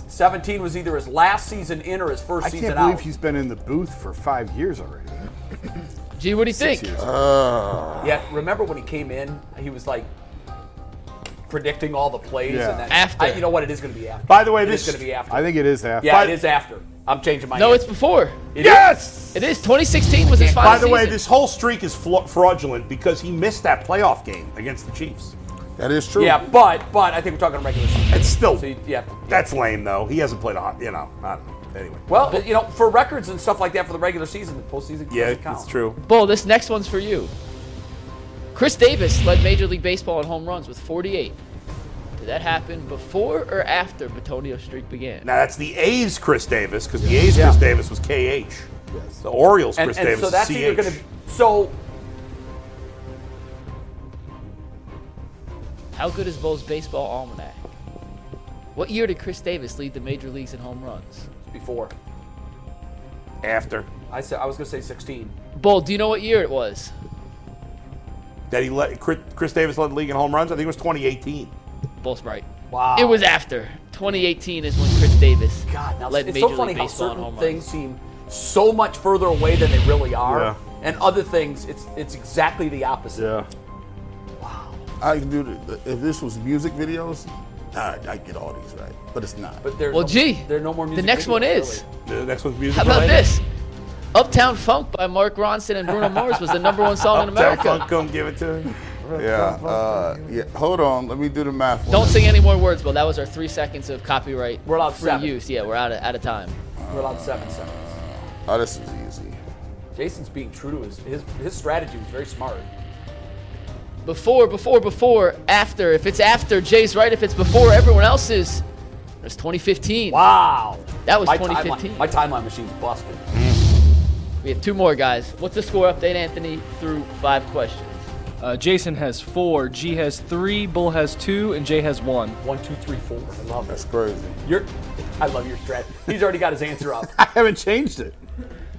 [SPEAKER 3] 17 was either his last season in or his first
[SPEAKER 6] I
[SPEAKER 3] season
[SPEAKER 6] can't
[SPEAKER 3] out.
[SPEAKER 6] believe he's been in the booth for five years already.
[SPEAKER 7] Gee, what do you think?
[SPEAKER 6] Jeez.
[SPEAKER 3] Yeah, remember when he came in? He was like predicting all the plays
[SPEAKER 6] Yeah.
[SPEAKER 3] and that.
[SPEAKER 7] After.
[SPEAKER 3] I- you know what? It is going to be after.
[SPEAKER 4] By the way,
[SPEAKER 3] It is
[SPEAKER 4] this-
[SPEAKER 3] going to be after.
[SPEAKER 6] I think it is after.
[SPEAKER 3] yeah,
[SPEAKER 6] By-
[SPEAKER 3] it is after. I'm changing my.
[SPEAKER 7] No, it's
[SPEAKER 3] answer.
[SPEAKER 7] before.
[SPEAKER 4] Yes!
[SPEAKER 7] It is. 2016 was his final
[SPEAKER 4] By the way,
[SPEAKER 7] season.
[SPEAKER 4] this whole streak is fla- fraudulent because he missed that playoff game against the Chiefs.
[SPEAKER 5] That is true.
[SPEAKER 3] yeah, but but I think we're talking regular season.
[SPEAKER 4] It's still.
[SPEAKER 3] So you- yeah.
[SPEAKER 4] That's lame, though. He hasn't played a hot, you know. I don't know. Anyway.
[SPEAKER 3] Well, you know, for records and stuff like that for the regular season, the postseason
[SPEAKER 4] yeah,
[SPEAKER 3] doesn't count.
[SPEAKER 4] it's true.
[SPEAKER 7] Bull, this next one's for you. Chris Davis led Major League Baseball in home runs with 48. Did that happen before or after Batonio's streak began?
[SPEAKER 4] Now, that's the A's Chris Davis because the A's Chris Davis was KH. The Orioles
[SPEAKER 3] And,
[SPEAKER 4] Chris
[SPEAKER 3] and
[SPEAKER 4] Davis
[SPEAKER 3] so that's
[SPEAKER 4] is
[SPEAKER 3] either
[SPEAKER 4] CH.
[SPEAKER 3] going to so
[SPEAKER 7] How good is Bull's baseball almanac? What year did Chris Davis lead the major leagues in home runs?
[SPEAKER 3] before.
[SPEAKER 4] After.
[SPEAKER 3] I said I was going to say 16.
[SPEAKER 7] Bull, do you know what year it was?
[SPEAKER 4] That he let Chris, Chris Davis led the league in home runs. I think it was 2018.
[SPEAKER 7] Bull's right.
[SPEAKER 3] Wow.
[SPEAKER 7] It was after. 2018 is when Chris Davis
[SPEAKER 3] God, now
[SPEAKER 7] led
[SPEAKER 3] it's
[SPEAKER 7] Major
[SPEAKER 3] so funny
[SPEAKER 7] League Baseball
[SPEAKER 3] how
[SPEAKER 7] in
[SPEAKER 3] certain
[SPEAKER 7] home
[SPEAKER 3] things
[SPEAKER 7] runs.
[SPEAKER 3] seem so much further away than they really are,
[SPEAKER 6] Yeah.
[SPEAKER 3] and other things it's it's exactly the opposite.
[SPEAKER 6] Yeah.
[SPEAKER 5] I can do the, if this was music videos, I I get all these right, but it's not.
[SPEAKER 3] But there's
[SPEAKER 7] Well,
[SPEAKER 3] no,
[SPEAKER 7] gee,
[SPEAKER 3] there are no more
[SPEAKER 7] the
[SPEAKER 3] music
[SPEAKER 7] next
[SPEAKER 3] videos,
[SPEAKER 7] one
[SPEAKER 3] really.
[SPEAKER 7] is.
[SPEAKER 4] The next one's music.
[SPEAKER 7] How about
[SPEAKER 4] related.
[SPEAKER 7] this? Uptown Funk by Mark Ronson and Bruno Mars was the number one song in
[SPEAKER 4] Uptown
[SPEAKER 7] America.
[SPEAKER 4] Funk, come give it to him.
[SPEAKER 5] yeah, uh, yeah. Hold on, let me do the math. for
[SPEAKER 7] Don't
[SPEAKER 5] you.
[SPEAKER 7] sing any more words, Bill. That was our three seconds of copyright
[SPEAKER 3] We're allowed
[SPEAKER 7] free
[SPEAKER 3] seven.
[SPEAKER 7] use. Yeah, we're out of, out of time.
[SPEAKER 3] We're allowed seven seconds.
[SPEAKER 5] Oh, this is easy.
[SPEAKER 3] Jason's being true to his his, his strategy was very smart.
[SPEAKER 7] Before, before, before, after. If it's after, Jay's right. If it's before, everyone else's. It was 2015.
[SPEAKER 3] Wow.
[SPEAKER 7] That was
[SPEAKER 3] my
[SPEAKER 7] 2015.
[SPEAKER 3] Timeline, my timeline machine's busted.
[SPEAKER 7] We have two more guys. What's the score update, Anthony, through five questions?
[SPEAKER 10] Uh, Jason has four, G has three, Bull has two, and Jay has one.
[SPEAKER 3] One, two, three, four. I love
[SPEAKER 5] That's
[SPEAKER 3] this.
[SPEAKER 5] crazy.
[SPEAKER 3] You're, I love your strat. He's already got his answer up.
[SPEAKER 6] I haven't changed it.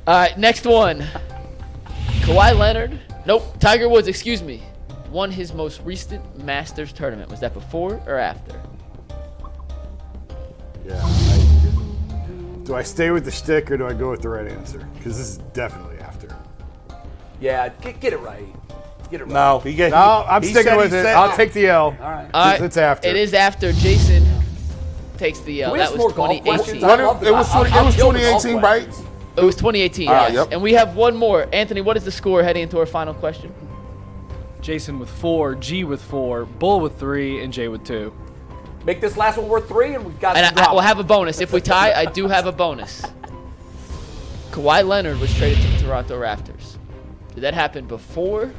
[SPEAKER 7] All right, next one. Kawhi Leonard
[SPEAKER 3] Nope. Tiger Woods, excuse me, won his most recent Masters tournament. Was that before or after?
[SPEAKER 6] Do I stay with the shtick or do I go with the right answer? Because this is definitely after.
[SPEAKER 2] Yeah, get, get it right. Get it right.
[SPEAKER 4] No, he get,
[SPEAKER 6] No, I'm
[SPEAKER 4] he
[SPEAKER 6] sticking
[SPEAKER 4] said-
[SPEAKER 6] with
[SPEAKER 4] he
[SPEAKER 6] it.
[SPEAKER 4] said-
[SPEAKER 6] I'll take the L.
[SPEAKER 2] All right.
[SPEAKER 3] All right,
[SPEAKER 6] It's after.
[SPEAKER 3] It is after. Jason takes the L.
[SPEAKER 2] We have
[SPEAKER 3] That
[SPEAKER 2] some
[SPEAKER 3] was
[SPEAKER 2] more golf
[SPEAKER 3] 2018.
[SPEAKER 2] questions?
[SPEAKER 5] What
[SPEAKER 2] I love
[SPEAKER 5] it, it was
[SPEAKER 2] that. I-
[SPEAKER 5] 20,
[SPEAKER 2] I-
[SPEAKER 5] it was
[SPEAKER 2] I killed the golf
[SPEAKER 5] 2018, right?
[SPEAKER 2] questions.
[SPEAKER 3] It was 2018.
[SPEAKER 5] Ah,
[SPEAKER 3] yes.
[SPEAKER 5] yep.
[SPEAKER 3] And we have one more. Anthony, what is the score heading into our final question?
[SPEAKER 11] Jason with four, G with four, Bull with three, and J with two.
[SPEAKER 2] Make this last one worth three, and we got. some
[SPEAKER 3] And I, I
[SPEAKER 2] drop.
[SPEAKER 3] will have a bonus. If we tie, I do have a bonus. Kawhi Leonard was traded to the Toronto Raptors. Did that happen before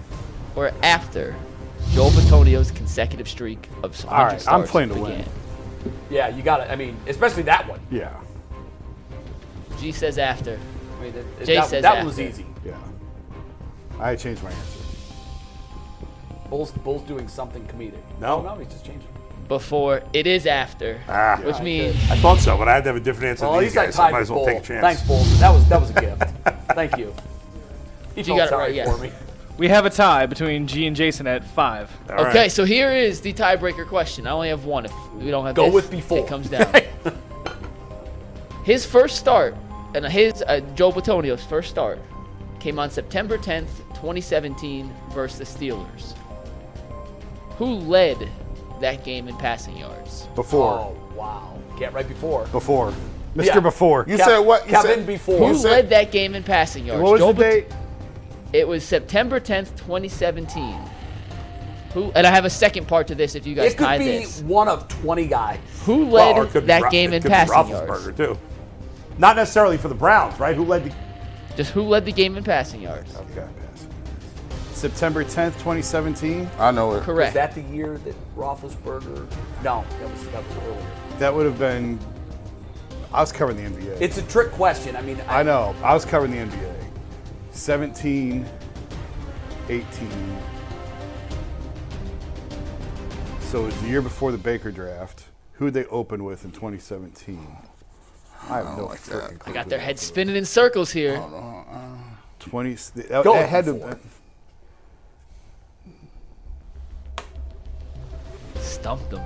[SPEAKER 3] or after Joel Batonio's consecutive streak of 100
[SPEAKER 6] All right, I'm
[SPEAKER 3] starts
[SPEAKER 6] playing to
[SPEAKER 3] began?
[SPEAKER 6] win.
[SPEAKER 2] Yeah, you got it. I mean, especially that one.
[SPEAKER 6] Yeah.
[SPEAKER 3] G says after.
[SPEAKER 2] I mean, it- it-
[SPEAKER 3] Jay
[SPEAKER 2] that,
[SPEAKER 3] says
[SPEAKER 2] that one was
[SPEAKER 3] after.
[SPEAKER 2] easy.
[SPEAKER 6] Yeah. I changed my answer.
[SPEAKER 2] Bull's Bull's doing something comedic.
[SPEAKER 4] No.
[SPEAKER 2] oh, no, he's just changing.
[SPEAKER 3] Before it is after,
[SPEAKER 4] Ah.
[SPEAKER 3] which means
[SPEAKER 4] I thought so, but I had to have a different answer.
[SPEAKER 2] Well,
[SPEAKER 4] than
[SPEAKER 2] at
[SPEAKER 4] these
[SPEAKER 2] least I
[SPEAKER 4] guys, so I
[SPEAKER 2] tied
[SPEAKER 4] might
[SPEAKER 2] with
[SPEAKER 4] as well
[SPEAKER 2] Bull.
[SPEAKER 4] take a chance.
[SPEAKER 2] Thanks, Bull. That was that was a gift. Thank you. He felt
[SPEAKER 3] got it
[SPEAKER 2] sorry
[SPEAKER 3] right, yes.
[SPEAKER 2] for me.
[SPEAKER 11] We have a tie between G and Jason at five.
[SPEAKER 4] All right.
[SPEAKER 3] okay. So here is the tiebreaker question. I only have one. If we don't have
[SPEAKER 2] Go
[SPEAKER 3] this,
[SPEAKER 2] with before.
[SPEAKER 3] It comes down. his first start and his uh, Joe Batonio's first start came on September 10th, 2017, versus the Steelers. Who led that game in passing yards?
[SPEAKER 6] Before.
[SPEAKER 2] Oh wow! Get right before.
[SPEAKER 6] Before. Mr.
[SPEAKER 2] Yeah.
[SPEAKER 6] Before.
[SPEAKER 5] You
[SPEAKER 2] Kev-
[SPEAKER 5] said what? You
[SPEAKER 2] Kevin
[SPEAKER 5] said,
[SPEAKER 2] before.
[SPEAKER 3] Who
[SPEAKER 5] You said-
[SPEAKER 3] led that game in passing yards?
[SPEAKER 6] what was
[SPEAKER 3] Joe
[SPEAKER 6] the
[SPEAKER 3] Bat-
[SPEAKER 6] date?
[SPEAKER 3] It was September 10th, 2017. Who? And I have a second part to this. If you guys
[SPEAKER 2] It
[SPEAKER 3] tie
[SPEAKER 2] could be
[SPEAKER 3] this,
[SPEAKER 2] one of twenty guys.
[SPEAKER 3] who
[SPEAKER 4] Well,
[SPEAKER 3] led
[SPEAKER 4] or it could be
[SPEAKER 3] that
[SPEAKER 4] Ro-
[SPEAKER 3] game
[SPEAKER 4] it
[SPEAKER 3] in
[SPEAKER 4] could be
[SPEAKER 3] passing yards?
[SPEAKER 4] Roethlisberger, too. Not necessarily for the Browns, right? Who led the
[SPEAKER 3] Just who led the game in passing yards?
[SPEAKER 6] Okay. September 10th, 2017.
[SPEAKER 5] I know it.
[SPEAKER 2] Was
[SPEAKER 3] Correct.
[SPEAKER 2] that the year that Roethlisberger? No, that was that was earlier.
[SPEAKER 6] That would have been. I was covering the NBA.
[SPEAKER 2] It's a trick question. I mean, I,
[SPEAKER 6] I know. I was covering the NBA. 17, 18. So it was the year before the Baker draft. Who'd they open with in 2017? I have no freaking clue.
[SPEAKER 3] I got their heads spinning in circles here.
[SPEAKER 4] Oh.
[SPEAKER 6] 20. That,
[SPEAKER 2] Go
[SPEAKER 6] that had to.
[SPEAKER 2] before.
[SPEAKER 3] Stumped them.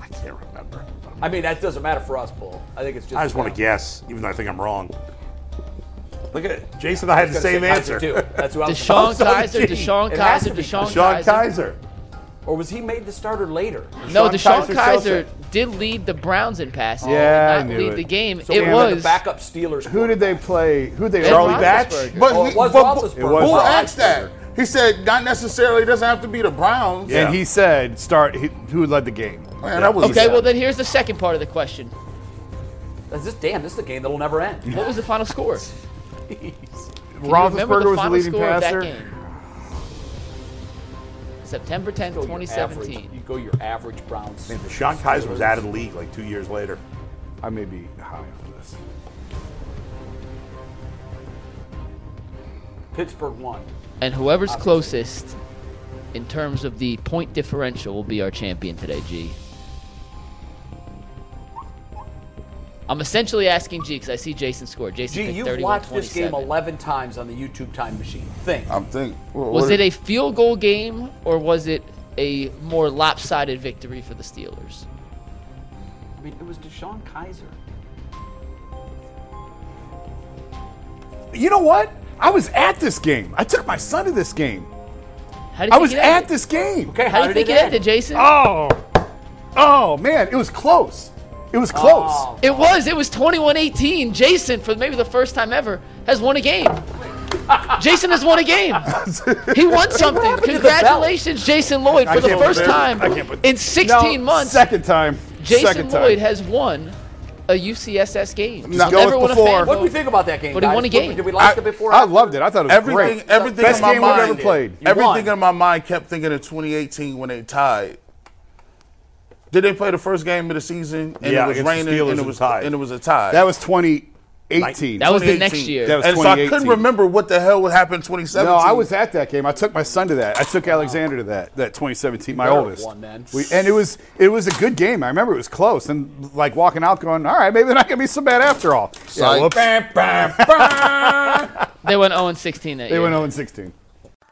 [SPEAKER 4] I can't remember.
[SPEAKER 2] I mean that doesn't matter for us, Bull. I think it's just.
[SPEAKER 4] I just want to guess, even though I think I'm wrong. Look at it. Jason. I had the same answer.
[SPEAKER 2] Too. That's who I was.
[SPEAKER 3] Deshaun
[SPEAKER 4] sorry,
[SPEAKER 3] Kaiser,
[SPEAKER 4] Gene.
[SPEAKER 3] Deshaun
[SPEAKER 2] It has
[SPEAKER 3] Kaiser,
[SPEAKER 2] to be
[SPEAKER 3] Deshaun
[SPEAKER 4] Sean
[SPEAKER 3] Kaiser.
[SPEAKER 4] Kaiser.
[SPEAKER 2] Or was he made the starter later?
[SPEAKER 3] No,
[SPEAKER 4] Deshaun Kaiser,
[SPEAKER 3] Deshaun Kaiser
[SPEAKER 4] Chelsea.
[SPEAKER 3] did lead the Browns in passing.
[SPEAKER 6] Yeah, I
[SPEAKER 3] did not
[SPEAKER 6] knew
[SPEAKER 3] lead
[SPEAKER 6] it.
[SPEAKER 3] the game.
[SPEAKER 2] So
[SPEAKER 3] it
[SPEAKER 2] we were the
[SPEAKER 3] was
[SPEAKER 2] backup Steelers.
[SPEAKER 6] Who did they
[SPEAKER 2] quarterback.
[SPEAKER 6] play? Who'd they
[SPEAKER 3] Ed
[SPEAKER 6] Charlie
[SPEAKER 3] Roethlisberger.
[SPEAKER 6] Batch?
[SPEAKER 5] But
[SPEAKER 2] Well,
[SPEAKER 5] he,
[SPEAKER 2] it was
[SPEAKER 5] but, but-
[SPEAKER 2] Roethlisberger.
[SPEAKER 6] It was
[SPEAKER 5] Bull
[SPEAKER 6] Roethlisberger.
[SPEAKER 5] asked that. He said, not necessarily, it doesn't have to be the Browns.
[SPEAKER 6] And he said, "Start he, who led the game."
[SPEAKER 5] Man, Oh, that was a-
[SPEAKER 3] okay. Well, then here's the second part of the question.
[SPEAKER 2] Is this damn? This is a game that'll never end.
[SPEAKER 3] What was the final score? Can you
[SPEAKER 6] Roethlisberger
[SPEAKER 3] remember the
[SPEAKER 6] was the
[SPEAKER 3] final
[SPEAKER 6] leading
[SPEAKER 3] score of that
[SPEAKER 6] passer.
[SPEAKER 3] game? September 10th,
[SPEAKER 2] Go your average-
[SPEAKER 3] 2017.
[SPEAKER 2] You go your average Browns.
[SPEAKER 4] Sean Kaiser was out of the league like two years later.
[SPEAKER 6] I may be high on this.
[SPEAKER 2] Pittsburgh won.
[SPEAKER 3] And whoever's closest in terms of the point differential will be our champion today, G. I'm essentially asking G because I see Jason score. Jason,
[SPEAKER 2] Gee,
[SPEAKER 3] picked
[SPEAKER 2] you've
[SPEAKER 3] 31,
[SPEAKER 2] watched this game
[SPEAKER 3] 27.
[SPEAKER 2] 11 times on the YouTube time machine. Think.
[SPEAKER 5] I'm thinking. What,
[SPEAKER 3] Was it a field goal game or was it a more lopsided victory for the Steelers?
[SPEAKER 2] I mean, it was Deshaun Kaiser.
[SPEAKER 6] You know what? I was at this game. I took my son to this game.
[SPEAKER 3] How
[SPEAKER 6] I
[SPEAKER 3] do you think
[SPEAKER 6] was
[SPEAKER 3] it ended?
[SPEAKER 6] at this game.
[SPEAKER 2] Okay,
[SPEAKER 3] How do you think it
[SPEAKER 2] it
[SPEAKER 3] ended, Jason?
[SPEAKER 6] Oh, oh man, it was close. It was close.
[SPEAKER 2] Oh.
[SPEAKER 3] It was. It was 21-18. Jason, for maybe the first time ever, has won a game. Jason has won a game. He won something.
[SPEAKER 2] to the belt?
[SPEAKER 3] Congratulations, Jason Lloyd, for the
[SPEAKER 6] can't put
[SPEAKER 3] first
[SPEAKER 6] it-
[SPEAKER 3] time
[SPEAKER 6] I can't put-
[SPEAKER 3] in 16
[SPEAKER 6] No,
[SPEAKER 3] months.
[SPEAKER 6] Second time.
[SPEAKER 3] Jason
[SPEAKER 6] second time.
[SPEAKER 3] Lloyd has won a UCSS game. He's
[SPEAKER 6] Just go
[SPEAKER 3] never
[SPEAKER 6] with
[SPEAKER 3] won a
[SPEAKER 6] before.
[SPEAKER 3] fan
[SPEAKER 2] What do we
[SPEAKER 3] vote.
[SPEAKER 2] think about that game?
[SPEAKER 3] But he
[SPEAKER 2] guys?
[SPEAKER 3] won a
[SPEAKER 2] What we-
[SPEAKER 3] game.
[SPEAKER 2] Did we like it before?
[SPEAKER 6] I loved it. I thought it was
[SPEAKER 5] Everything,
[SPEAKER 6] great.
[SPEAKER 5] everything
[SPEAKER 6] Best
[SPEAKER 5] in my
[SPEAKER 6] game
[SPEAKER 5] mind,
[SPEAKER 6] we've ever played.
[SPEAKER 2] You
[SPEAKER 5] everything
[SPEAKER 2] won.
[SPEAKER 5] in my mind kept thinking of 2018 when they tied. Did they play the first game of the season and
[SPEAKER 4] Yeah,
[SPEAKER 5] it
[SPEAKER 4] against
[SPEAKER 5] was
[SPEAKER 4] the
[SPEAKER 5] raining
[SPEAKER 4] Steelers
[SPEAKER 5] and
[SPEAKER 4] and
[SPEAKER 5] it was
[SPEAKER 4] tied.
[SPEAKER 5] and it was a tie?
[SPEAKER 6] That was 2018.
[SPEAKER 3] That was the
[SPEAKER 5] 2018.
[SPEAKER 3] next year.
[SPEAKER 6] That was
[SPEAKER 5] and so I couldn't
[SPEAKER 6] 2018.
[SPEAKER 5] remember what the hell would happen 2017.
[SPEAKER 6] no, I was at that game. I took my son to that. I took Alexander to that. That 2017, my
[SPEAKER 2] better have
[SPEAKER 6] oldest.
[SPEAKER 2] won then.
[SPEAKER 6] We, and it was it was a good game. I remember it was close. And like walking out, going, "All right, maybe they're not gonna be so bad after all." Yeah,
[SPEAKER 5] Psych.
[SPEAKER 6] whoops.
[SPEAKER 7] They went 0 16 that
[SPEAKER 6] They
[SPEAKER 7] year.
[SPEAKER 6] went 0 16.